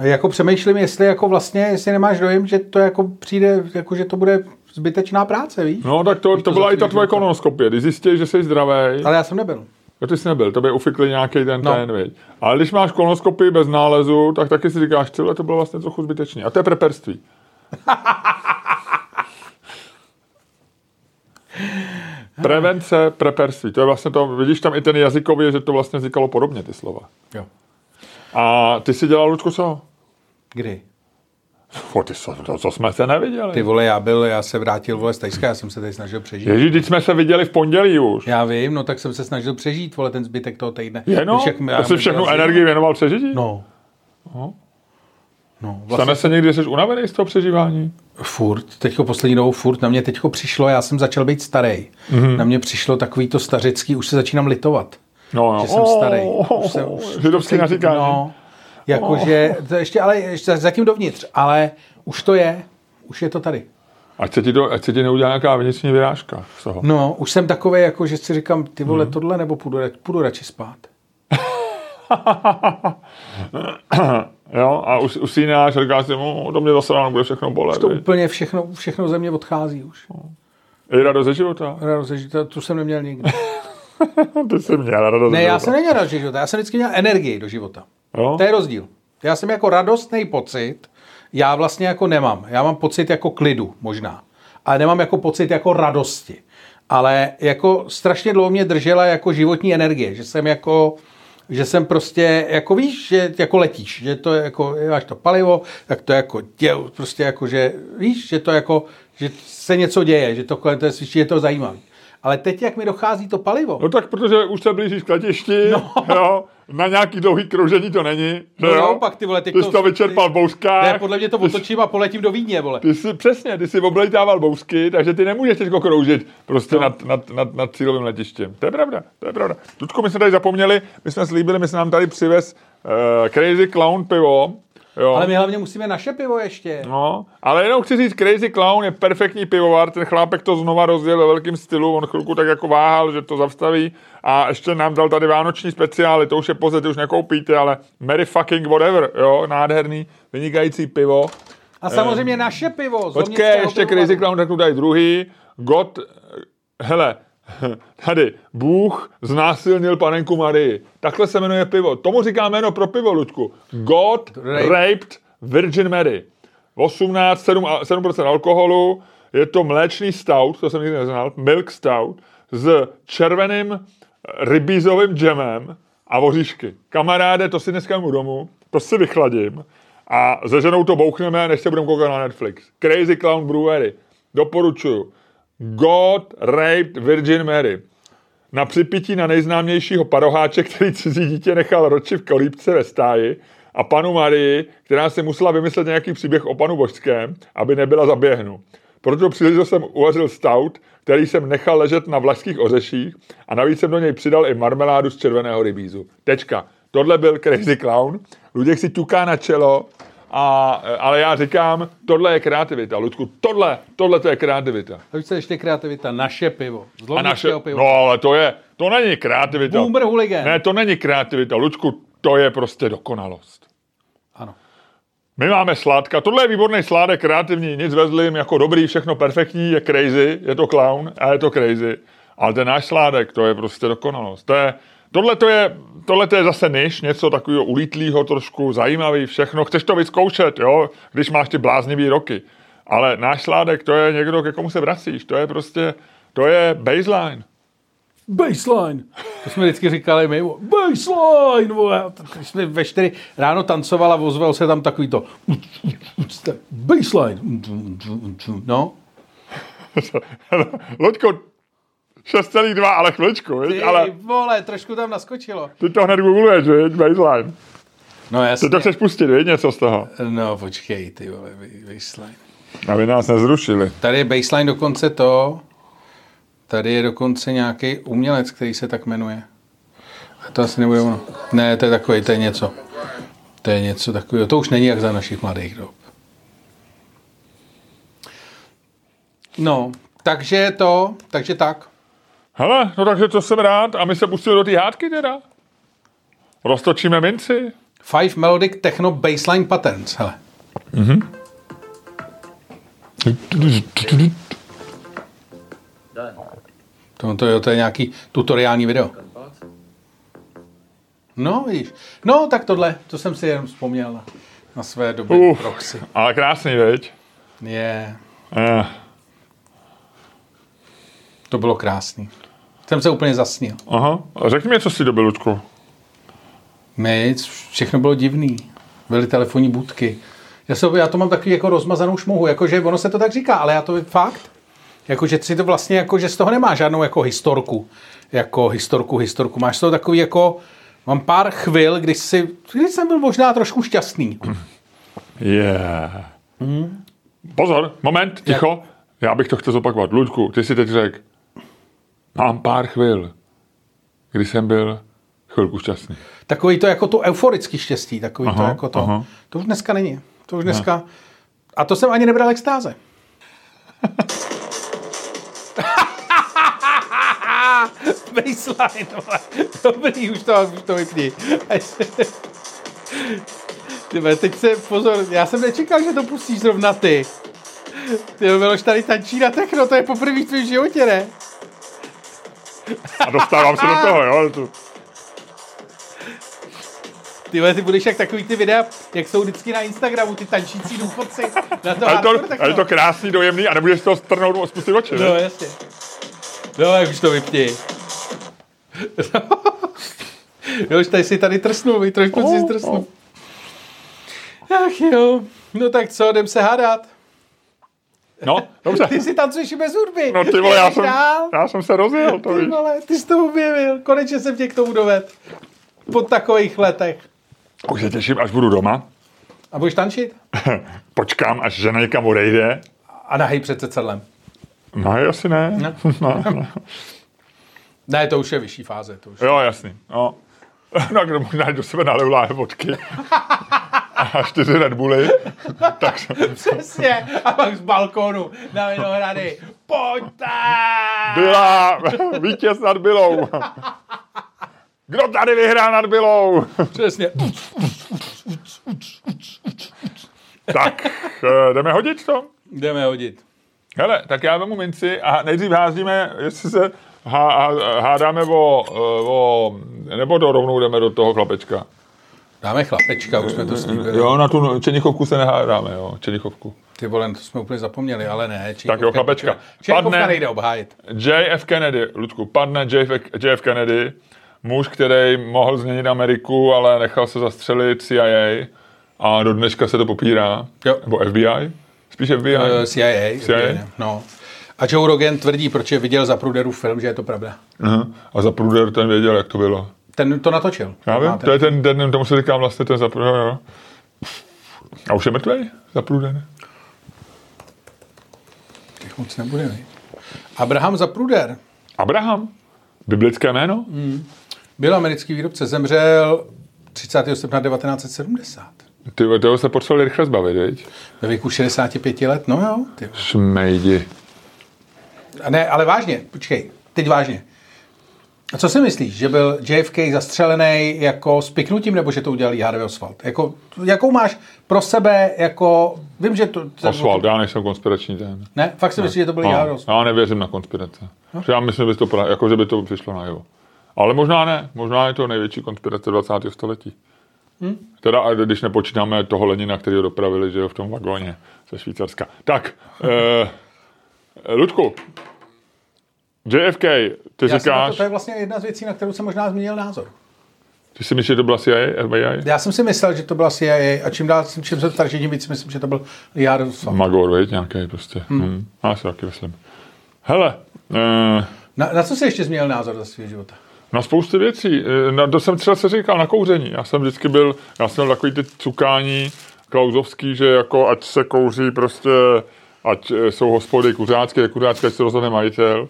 Speaker 2: jako přemýšlím, jestli jako vlastně, jestli nemáš dojem, že to jako přijde, jako že to bude zbytečná práce, víš?
Speaker 1: No tak to, to,
Speaker 2: to
Speaker 1: byla i ta
Speaker 2: zatím
Speaker 1: tvoje
Speaker 2: říkám.
Speaker 1: kolonoskopie, když zjistíš, že jsi zdravý.
Speaker 2: Ale já jsem nebyl.
Speaker 1: No ty jsi nebyl, tobě ufikli nějaký ten
Speaker 2: No.
Speaker 1: no. ten, viď. Ale když máš kolonoskopii bez nálezu, tak taky si říkáš, tyhle to bylo vlastně trochu zbytečný. A to je preperství. Prevence, preperství. To je vlastně to, vidíš tam i ten jazykově, že to vlastně vznikalo podobně, ty slova.
Speaker 2: Jo.
Speaker 1: A ty si dělal, Ludku, co?
Speaker 2: Kdy?
Speaker 1: O, ty, co, to, co jsme se neviděli.
Speaker 2: Ty vole, já byl, já se vrátil, vole, z Tajska, já jsem se tady snažil přežít.
Speaker 1: Ježíš, teď jsme se viděli v pondělí už.
Speaker 2: Já vím, no tak jsem se snažil přežít, vole, ten zbytek toho týdne.
Speaker 1: Jenom?
Speaker 2: Když jak-
Speaker 1: Já jsi
Speaker 2: mi
Speaker 1: všechnu
Speaker 2: byla zima.
Speaker 1: energii věnoval přežití?
Speaker 2: No.
Speaker 1: No.
Speaker 2: No, vlastně
Speaker 1: Stane se někdy, že jsi unavený z toho přežívání?
Speaker 2: furt, teďko poslední dobou furt, na mě teďko přišlo, já jsem začal být starý.
Speaker 1: Mhm.
Speaker 2: Mm-hmm. Na mě přišlo takový to stařecký, už se začínám litovat.
Speaker 1: No, no.
Speaker 2: že jsem starý.
Speaker 1: Oh,
Speaker 2: Už jsem, už
Speaker 1: židovský
Speaker 2: jsem-
Speaker 1: naříkání. Oh.
Speaker 2: No, jakože, to ještě, ale ještě zatím dovnitř, ale už to je, už je to tady.
Speaker 1: Ať se ti, to, ať se ti neudělá nějaká vnitřní vyrážka z toho.
Speaker 2: No, už jsem takový, jako že si říkám, ty vole,
Speaker 1: Mhm.
Speaker 2: tohle, nebo půjdu, ra- půjdu radši spát.
Speaker 1: Jo, a us, usínáš a říkáš si, no, do mě zase ráno bude všechno bolet.
Speaker 2: To
Speaker 1: To...
Speaker 2: úplně všechno, všechno ze mě odchází už.
Speaker 1: No. I radost ze života.
Speaker 2: Radost, ze života, tu jsem neměl nikdy.
Speaker 1: Ty jsi měl radost
Speaker 2: Ne,
Speaker 1: ze
Speaker 2: já
Speaker 1: života.
Speaker 2: jsem neměl radost ze života, já jsem vždycky měl energii do života.
Speaker 1: Jo?
Speaker 2: To je rozdíl. Já jsem jako radostný pocit, já vlastně jako nemám. Já mám pocit jako klidu možná, ale nemám jako pocit jako radosti. Ale jako strašně dlouho mě držela jako životní energie, že jsem jako že jsem prostě, jako víš, že jako letíš, že to je jako, máš to palivo, tak to je jako děl, prostě jako, že víš, že to jako, že se něco děje, že to kolem to je, slyší, je to zajímavé. Ale teď, jak mi dochází to palivo,
Speaker 1: No tak protože už se blížíš k letišti, no. jo, na nějaký dlouhý kroužení to není. Že
Speaker 2: No
Speaker 1: jo?
Speaker 2: naopak, ty vole, teď
Speaker 1: ty jsi
Speaker 2: to-
Speaker 1: to vyčerpal v bouřkách.
Speaker 2: ne, podle mě to
Speaker 1: ty jsi-
Speaker 2: otočím a poletím do Vídně, vole.
Speaker 1: Ty jsi, přesně, ty jsi oblejtával bousky, takže ty nemůžeš teď kroužit prostě no. nad, nad, nad, nad cílovým letištěm. To je pravda, to je pravda. Tutku, my jsme tady zapomněli, my jsme slíbili, my jsme nám tady přivez uh, Crazy Clown pivo. Jo.
Speaker 2: Ale my hlavně musíme naše pivo ještě.
Speaker 1: No, ale jenom chci říct, Crazy Clown je perfektní pivovar, ten chlápek to znova rozjel ve velkém stylu, on chvilku tak jako váhal, že to zavstaví a ještě nám dal tady vánoční speciály, to už je pozdě, ty už nekoupíte, ale Merry fucking whatever, jo, nádherný, vynikající pivo.
Speaker 2: A samozřejmě naše pivo. z
Speaker 1: Počkej,
Speaker 2: Lomnického
Speaker 1: ještě
Speaker 2: pivovaru.
Speaker 1: Crazy Clown řeknu tady druhý. God, hele, tady, Bůh znásilnil panenku Marii. Takhle se jmenuje pivo. Tomu říká jméno pro pivo, Ludku. God
Speaker 2: Rape.
Speaker 1: raped Virgin Mary. 18, 7, a- 7% alkoholu, je to mléčný stout, to jsem nikdy neznal, milk stout, s červeným eh, rybízovým džemem a voříšky. Kamaráde, to si dneska jdu domů, to si vychladím a se ženou to bouchneme, než se budeme koukat na Netflix. Crazy Clown Brewery. Doporučuju. God raped Virgin Mary. Na připití na nejznámějšího paroháče, který cizí dítě nechal roči v kolípce ve stáji, a panu Marii, která si musela vymyslet nějaký příběh o panu Božském, aby nebyla zaběhnu. Proto příležitost jsem uvařil stout, který jsem nechal ležet na vlašských ořeších a navíc jsem do něj přidal i marmeládu z červeného rybízu. Tečka. Tohle byl Crazy Clown. Luděk si tuká na čelo, a, ale já říkám, tohle je kreativita. Ludku, tohle, tohle to je kreativita.
Speaker 2: A už se ještě kreativita. Naše pivo. Z
Speaker 1: A naše,
Speaker 2: Lomnického pivo.
Speaker 1: no ale to je, to není kreativita.
Speaker 2: Boomer hooligan.
Speaker 1: Ne, to není kreativita, Lučku, to je prostě dokonalost.
Speaker 2: Ano.
Speaker 1: My máme sládka. Tohle je výborný sládek, kreativní, nic vezlim, jako dobrý, všechno perfektní, je crazy, je to clown a je to crazy. Ale ten náš sládek, to je prostě dokonalost. To je, tohle, to je, tohle to je zase niž, něco takového ulítlýho, trošku zajímavý, všechno. Chceš to vyzkoušet, jo, když máš ty bláznivý roky. Ale náš sládek, to je někdo, ke komu se vracíš. To je prostě, to je baseline.
Speaker 2: Baseline. To jsme vždycky říkali my. vole, Baseline, vole. Když jsme ve 4 ráno tancoval a ozval se tam takový to. Baseline. No.
Speaker 1: Loďko, 6,2, ale chviličku, viď?
Speaker 2: Ty
Speaker 1: ale
Speaker 2: vole, trošku tam naskočilo.
Speaker 1: ty to hned googluješ, viď? baseline.
Speaker 2: No
Speaker 1: Ty
Speaker 2: jasně.
Speaker 1: to chceš pustit, viď? něco z toho.
Speaker 2: No počkej, ty vole, ba- baseline.
Speaker 1: Aby nás nezrušili.
Speaker 2: Tady je baseline dokonce to, tady je dokonce nějaký umělec, který se tak jmenuje. A to asi nebude ono. Ne, to je takový, to je něco. To je něco takového. To už není jak za našich mladých dob. No, takže to, takže tak.
Speaker 1: Hele, no takže to jsem rád. A my se pustíme do té hádky teda. Roztočíme minci.
Speaker 2: Five Melodic Techno Baseline Patterns, hele. To, to, je- to je nějaký tutoriální video. No, vidíš. No, tak tohle, to jsem si jenom vzpomněl na, na své doby
Speaker 1: Uf.
Speaker 2: proxy.
Speaker 1: Ale krásný, viď?
Speaker 2: Je,
Speaker 1: Eh,
Speaker 2: to bylo krásný. Jsem se úplně zasnil.
Speaker 1: aha. A Řekni mi, co jsi dobil, Ludku.
Speaker 2: Nic, všechno bylo divný. Byly telefonní budky. Já, se, já to mám takový jako rozmazanou šmohu, jakože ono se to tak říká, ale já to fakt. Jakože si to vlastně, jako, že z toho nemá žádnou jako historku. Jako historku, historku. Máš to takový jako, mám pár chvil, když, si, když jsem byl možná trošku šťastný.
Speaker 1: Yeah.
Speaker 2: Mhm.
Speaker 1: Pozor, moment, ticho. Já bych to chtěl zopakovat. Ludku, ty si teď řekl, mám pár chvil, kdy jsem byl chvilku šťastný.
Speaker 2: Takový to jako to euforický štěstí, takový to
Speaker 1: Aha,
Speaker 2: jako to.
Speaker 1: aha.
Speaker 2: To už dneska není. To už dneska... A to jsem ani nebral extáze. Baseline, vole. Dobrý, už to, už to vypni. Ty vole, teď se, pozor, já jsem nečekal, že to pustíš zrovna ty. Ty vole, Miloš tady tančí na techno, to je poprvé v tvém životě, ne?
Speaker 1: A dostávám se do toho, jo. To-
Speaker 2: Ty vole, ty budeš jak takový ty videa, jak jsou vždycky na Instagramu, ty tančící důchodci. Na to
Speaker 1: A je
Speaker 2: hardcore, tak
Speaker 1: to, a je to krásný, dojemný a nebudeš z toho strhnout a spustit oči.
Speaker 2: No,
Speaker 1: ne?
Speaker 2: jasně. No, jak už to vypni. jo, už tady si tady trsnul, vy trošku
Speaker 1: Oh,
Speaker 2: si trsnul. Ach jo, no tak co, jdem se hádat.
Speaker 1: No, dobře.
Speaker 2: Ty si tancuješ i bez hudby.
Speaker 1: No ty vole, já
Speaker 2: Jdeš
Speaker 1: jsem,
Speaker 2: dál.
Speaker 1: já jsem se rozjel, to
Speaker 2: Ty
Speaker 1: víš.
Speaker 2: vole, ty jsi to objevil, konečně jsem tě k tomu doved. Po takových letech.
Speaker 1: Už se těším, až budu doma.
Speaker 2: A budeš tančit?
Speaker 1: Počkám, až žena někam odejde.
Speaker 2: A nahej před zrcadlem.
Speaker 1: No, asi ne.
Speaker 2: Ne.
Speaker 1: No, no.
Speaker 2: Ne, to už je vyšší fáze, to už.
Speaker 1: Jo, jasný. No. No, kdo možná do sebe nalil láhev vodky a čtyři Red Bully, tak jsem-
Speaker 2: Přesně, a pak z balkonu na Vinohrady. Pojďte!
Speaker 1: byla vítěz nad Bylou. Kdo tady vyhrál nad Bylou?
Speaker 2: Přesně.
Speaker 1: Tak, eh, jdeme hodit to?
Speaker 2: Jdeme hodit.
Speaker 1: Hele, tak já vemu minci a nejdřív házíme, jestli se há, há- hádáme o, eh, o, nebo do rovnou jdeme do toho chlapečka.
Speaker 2: Dáme chlapečka, už jsme to slíbili.
Speaker 1: Mm, Jo, na tu Čenichovku se nehádáme, jo, Čenichovku.
Speaker 2: Ty vole, to jsme úplně zapomněli, ale ne. Čechovka,
Speaker 1: Tak jo, chlapečka.
Speaker 2: Čechovka
Speaker 1: Padne.
Speaker 2: nejde obhájit.
Speaker 1: JF Kennedy, Ludku, padne JF, JF Kennedy, muž, který mohl změnit Ameriku, ale nechal se zastřelit CIA a do dneška se to popírá.
Speaker 2: Jo.
Speaker 1: Nebo FBI? Spíš FBI.
Speaker 2: Eh, CIA.
Speaker 1: CIA?
Speaker 2: objeveně, No. A Joe Rogan tvrdí, proč je viděl za Pruderův film, že je to pravda.
Speaker 1: Aha. A za Pruder ten věděl, jak to bylo.
Speaker 2: Ten to natočil.
Speaker 1: Já vím,
Speaker 2: Máte.
Speaker 1: to je ten, ten, tomu se říkám vlastně ten zapruder, jo. A už je mrtvej? Zapruder.
Speaker 2: Těch moc nebude, ne? Abraham za Pruder
Speaker 1: Abraham. Biblické jméno?
Speaker 2: Hmm. byl americký výrobce, zemřel 30. srpna 1970.
Speaker 1: Ty, vole, toho se potřebovali rychle zbavit, viď?
Speaker 2: Ve věku 65 let, no jo. Ty.
Speaker 1: Šmejdi.
Speaker 2: A ne, ale vážně, počkej, teď vážně. A co si myslíš, že byl JFK zastřelený jako s piknutím, nebo že to udělal Harvey Oswald? Jako, jakou máš pro sebe, jako, vím, že to... to-
Speaker 1: Oswald, já nejsem konspirační ten.
Speaker 2: Ne, fakt si myslíš, že to byl Harvey
Speaker 1: No,
Speaker 2: Oswald?
Speaker 1: já nevěřím na konspirace. Že Já myslím, že by to, pra- jako, že by to přišlo na jeho. Ale možná ne. Možná je to největší konspirace 20. století.
Speaker 2: Hm?
Speaker 1: Hmm? Teda, a když nepočítáme toho Lenina, který ho dopravili, že jo, v tom vagóně ze Švýcarska. Tak, eh, Ludku, JFK, ty
Speaker 2: Já jsem na to,
Speaker 1: říkáš,
Speaker 2: to je vlastně jedna z věcí, na kterou jsem možná změnil názor.
Speaker 1: ty si myslíš, že to byla CIA, FBI?
Speaker 2: Já jsem si myslel, že to byla CIA a čím dál, jsem- čím jsem starší, tím víc si myslím, že to byl Lee Harvey Oswald.
Speaker 1: Magor, veď, nějaký prostě.
Speaker 2: Hm.
Speaker 1: Hmm. Hmm. Já si taky myslím. Hele, eh,
Speaker 2: Na, na co jsi ještě změnil názor za svého života?
Speaker 1: Na spousty věcí. Eh, Na, to jsem třeba se říkal, na kouření. Já jsem vždycky byl, já jsem měl takový ty cukání klauzovský, že jako ať se kouří prostě, ať eh, jsou hospody kuřácké, nekuřácké, ať se rozhodne majitel.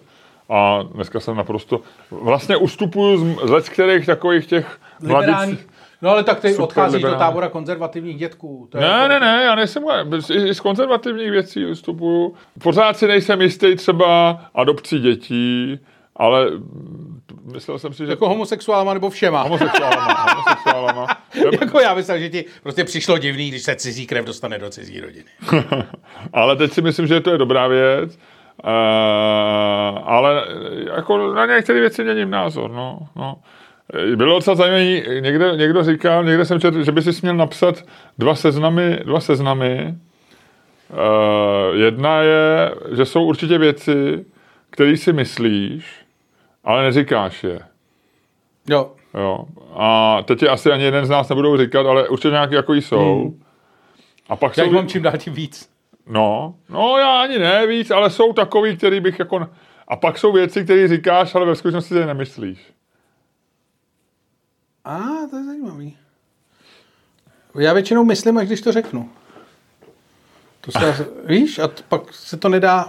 Speaker 1: A dneska jsem naprosto, vlastně ustupuju z, z let, kterých takových těch
Speaker 2: Liberálních.
Speaker 1: mladých.
Speaker 2: No ale tak ty
Speaker 1: Super
Speaker 2: odcházíš do
Speaker 1: liberální.
Speaker 2: tábora konzervativních dětků. To je
Speaker 1: Ne,
Speaker 2: jako-
Speaker 1: ne, ne, já nejsem, i, i z konzervativních věcí ustupuju. Pořád si nejsem jistý třeba adopcí dětí, ale mm, myslel jsem si, že
Speaker 2: Jako homosexuálama nebo všema.
Speaker 1: homosexuálama, homosexuálama.
Speaker 2: jako já myslím, že ti prostě přišlo divný, když se cizí krev dostane do cizí rodiny.
Speaker 1: ale teď si myslím, že to je dobrá věc. Uh, ale jako na některé věci měním názor. No, no. Eh, Bylo docela zajímavé, někde, někdo říkal, někde jsem četl, že by si směl napsat dva seznamy, dva seznamy. Uh, jedna je, že jsou určitě věci, které si myslíš, ale neříkáš je.
Speaker 2: Jo.
Speaker 1: Jo. A teď je asi ani jeden z nás nebudou říkat, ale určitě nějaký jako jsou. A pak
Speaker 2: Hmm. Já
Speaker 1: jsou...
Speaker 2: jich mám čím dál tím víc.
Speaker 1: No, no já ani ne víc, ale jsou takový, který bych jako... A pak jsou věci, které říkáš, ale ve skutečnosti si je nemyslíš.
Speaker 2: A to je zajímavý. Já většinou myslím, až když to řeknu. To se, víš, a t- pak se to nedá,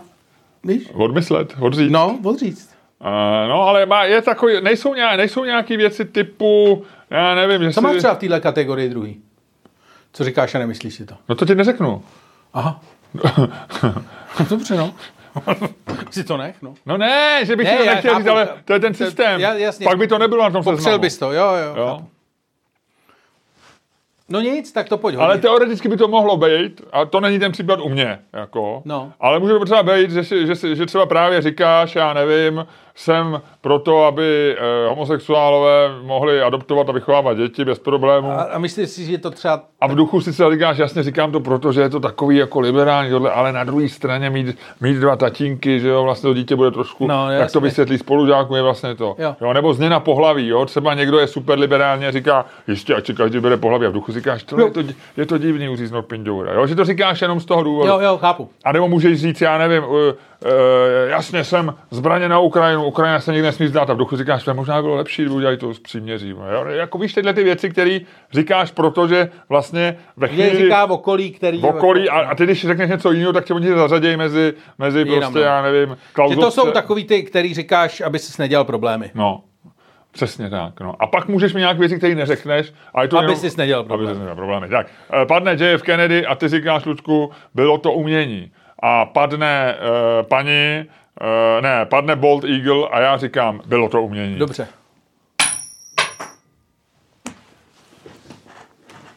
Speaker 2: víš?
Speaker 1: Odmyslet, odříct.
Speaker 2: No, odříct.
Speaker 1: Eh, no ale má, je takový, nejsou, nějak, nejsou nějaký věci typu, já nevím, že
Speaker 2: Co
Speaker 1: si...
Speaker 2: máš třeba v téhle kategorii druhý? Co říkáš a nemyslíš si to?
Speaker 1: No to ti neřeknu.
Speaker 2: Aha. Dobře, no. si to nech, no.
Speaker 1: No ne, že bych
Speaker 2: Ne,
Speaker 1: ti to
Speaker 2: já
Speaker 1: nechtěl
Speaker 2: chápu,
Speaker 1: říct, ale
Speaker 2: chápu.
Speaker 1: to je ten systém.
Speaker 2: Já- jasně.
Speaker 1: Pak by to nebylo na tom
Speaker 2: Popřel
Speaker 1: seznamu.
Speaker 2: bys to, jo, jo. jo.
Speaker 1: Jo.
Speaker 2: No nic, tak to pojď
Speaker 1: Ale
Speaker 2: hodit.
Speaker 1: teoreticky by to mohlo být, a to není ten případ u mě, jako.
Speaker 2: No.
Speaker 1: Ale může to třeba být, že, si, že, si, že třeba právě říkáš, já nevím, jsem proto, aby eh, homosexuálové mohli adoptovat a vychovávat děti bez problémů.
Speaker 2: A, a myslíš si, že to třeba...
Speaker 1: A v duchu si třeba říkáš, jasně říkám to proto, že je to takový jako liberální, tohle, ale na druhé straně mít, mít dva tatínky, že jo, vlastně to dítě bude trošku,
Speaker 2: No,
Speaker 1: no, jak
Speaker 2: jasně.
Speaker 1: to vysvětlí spolužákům, je vlastně to.
Speaker 2: Jo.
Speaker 1: Jo, nebo změna pohlaví, jo, třeba někdo je super liberální a říká, jistě, ať si každý bere pohlaví a v duchu si říkáš, tohle
Speaker 2: Jo.
Speaker 1: je to, di- je to divný uříznout pindoura, jo, že to říkáš jenom z toho důvodu.
Speaker 2: Jo, jo, chápu.
Speaker 1: A nebo můžeš říct, já nevím, uh, uh, jasně jsem zbraně na Ukrajinu, Ukrajina se nikdy nesmí zdát a v duchu říkáš, to možná by bylo lepší, kdyby udělali to s příměřím. Jo? Jako víš tyhle ty věci, které říkáš, protože vlastně ve
Speaker 2: Že
Speaker 1: chvíli
Speaker 2: říká v okolí, který...
Speaker 1: v okolí a, a, ty když řekneš něco jiného, tak tě oni zařadějí mezi, mezi
Speaker 2: Jinam,
Speaker 1: prostě,
Speaker 2: no.
Speaker 1: já nevím,
Speaker 2: Že
Speaker 1: klauzovce.
Speaker 2: to jsou takový ty, který říkáš, aby ses nedělal problémy.
Speaker 1: No, přesně tak. No. A pak můžeš mi nějak věci, které neřekneš. A je to
Speaker 2: Aby
Speaker 1: jenom,
Speaker 2: sis nedělal problémy.
Speaker 1: Aby jsi nedělal problémy. Tak, eh, padne JF Kennedy a ty říkáš, Ludku, bylo to umění. A padne eh, paní, eh, ne, padne Bold Eagle a já říkám, bylo to umění.
Speaker 2: Dobře.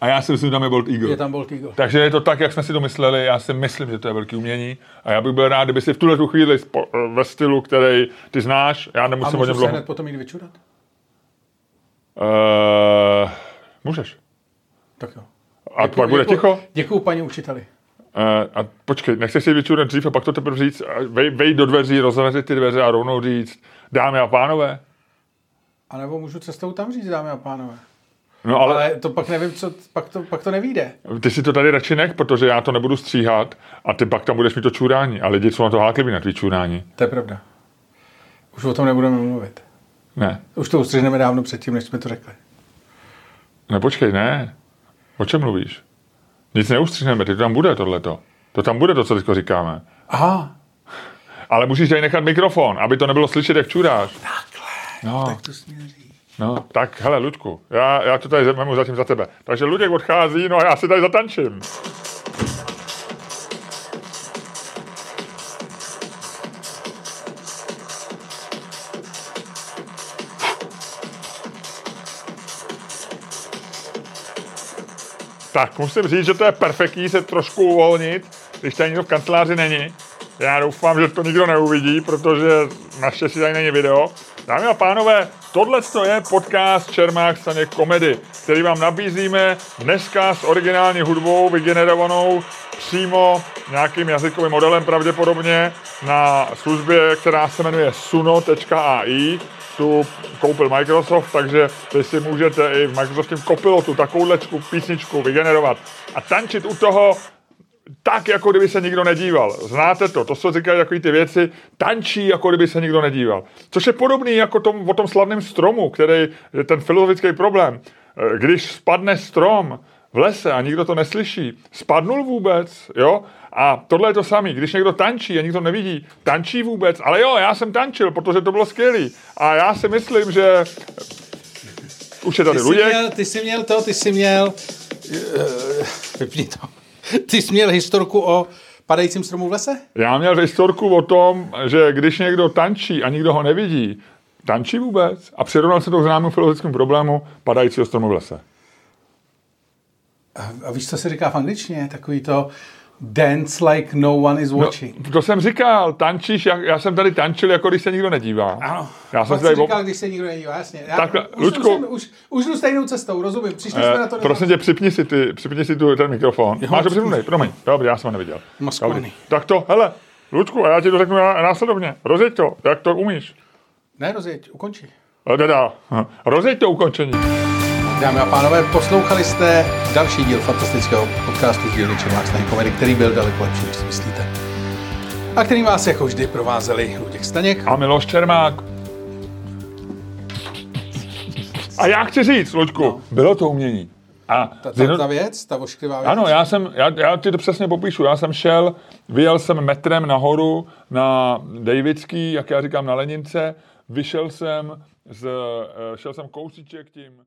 Speaker 1: A já si myslím, že tam je Bold Eagle.
Speaker 2: Je tam Bolt Eagle.
Speaker 1: Takže je to tak, jak jsme si to mysleli. Já si myslím, že to je velký umění. A já bych byl rád, kdyby si v tuhle tu chvíli spo, eh, ve stylu, který ty znáš, já
Speaker 2: A
Speaker 1: nemusím o něm
Speaker 2: můžu se
Speaker 1: dlouho.
Speaker 2: hned potom jít vyčurat?
Speaker 1: Eh, můžeš.
Speaker 2: Tak jo.
Speaker 1: A
Speaker 2: Jako
Speaker 1: pak bude ticho.
Speaker 2: Děkuju paní učiteli.
Speaker 1: Eh, a počkej, nechceš si vyčůrat dřív a pak to teprve říct, a vej, vej do dveří, rozevřít ty dveře a rovnou říct, dámy a pánové.
Speaker 2: A nebo můžu cestou tam říct, dámy a pánové.
Speaker 1: No ale,
Speaker 2: Ale to pak nevím, co, pak to, pak to nevíde.
Speaker 1: ty si to tady radši nech, protože já to nebudu stříhat a ty pak tam budeš mít to čurání. A lidi jsou na to hákliví na tvý čurání.
Speaker 2: To je pravda. Už o tom nebudeme mluvit.
Speaker 1: Ne,
Speaker 2: Už to ustřihneme dávno předtím, než jsme to řekli.
Speaker 1: ne, počkej, ne. O čem mluvíš? Nic neustřihneme, ty to tam bude tohleto. To tam bude to, co teďko říkáme.
Speaker 2: Aha,
Speaker 1: Ale musíš tady nechat mikrofon, aby to nebylo slyšet, jak čuráš. No.
Speaker 2: tak to směří.
Speaker 1: No, tak hele, Ludku, já, já to tady vemu zatím za tebe. Takže Luděk odchází, no a já si tady zatančím. Tak musím říct, že to je perfektní se trošku uvolnit, když tady nikdo v kanceláři není. Já doufám, že to nikdo neuvidí, protože naštěstí tady není video. Dámy a pánové, tohle je podcast Čermák staně komedy, který vám nabízíme dneska s originální hudbou vygenerovanou přímo nějakým jazykovým modelem pravděpodobně na službě, která se jmenuje suno.ai tu koupil Microsoft, takže vy si můžete i v Microsoftním Copilotu takovouhlečku písničku vygenerovat a tančit u toho tak, jako kdyby se nikdo nedíval. Znáte to, to jsou říkají takové ty věci, tančí, jako kdyby se nikdo nedíval. Což je podobný jako tom, o tom slavném stromu, který je ten filozofický problém. Když spadne strom v lese a nikdo to neslyší, spadnul vůbec, jo? A tohle je to samé, když někdo tančí a nikdo nevidí, tančí vůbec, ale jo, já jsem tančil, protože to bylo skvělý. A já si myslím, že už je tady
Speaker 2: Ty jsi,
Speaker 1: Luděk.
Speaker 2: měl, ty jsi měl to, ty jsi měl... Eh, Vypni to. Ty jsi měl historku o padajícím stromu v lese?
Speaker 1: Já měl historku o tom, že když někdo tančí a nikdo ho nevidí, tančí vůbec a přirovnal se to k známému filozofickému problému padajícího stromu v lese.
Speaker 2: A- A víš, co se říká v angličtině? Takový to dance like no one is watching. No.
Speaker 1: To jsem říkal, tančíš, já, já jsem tady tančil, jako když se nikdo nedívá.
Speaker 2: Ano.
Speaker 1: Já jsem si
Speaker 2: Pak jsi
Speaker 1: tady...
Speaker 2: říkal, když se nikdo nedívá, jasně. Já,
Speaker 1: Takhle,
Speaker 2: už,
Speaker 1: Luďku.
Speaker 2: Už, jsem- už, už jdu stejnou cestou, rozumím. Přišli jsme na to.
Speaker 1: Eh, prosím tě, připni si, ty, připni si tu, ten mikrofon. Jo, Máš to připnunej, promiň. Dobře, já jsem ho neviděl.
Speaker 2: Maskovaný.
Speaker 1: Dobrý. Tak to, hele, Ludku, a já ti to řeknu na- následovně. Rozjeď to, jak to umíš.
Speaker 2: Ne, rozjeď, ukonči.
Speaker 1: Eh, Teda, hm, rozjeď to ukončení.
Speaker 2: Dámy a pánové, poslouchali jste další díl fantastického podcastu z dílny Čermák Staněk Komedy, který byl daleko lepší, než si myslíte. A který vás jako vždy provázeli Luděk Staněk.
Speaker 1: A Miloš Čermák. A já chci říct, Ludku, bylo to umění. A
Speaker 2: Ta,
Speaker 1: zjedno-
Speaker 2: ta, ta věc, ta ošklivá věc.
Speaker 1: ano, já jsem, já, já ti to přesně popíšu, já jsem šel, vyjel jsem metrem nahoru na Davidský, jak já říkám, na Lenince, vyšel jsem, z, eh, šel jsem kousíček tím,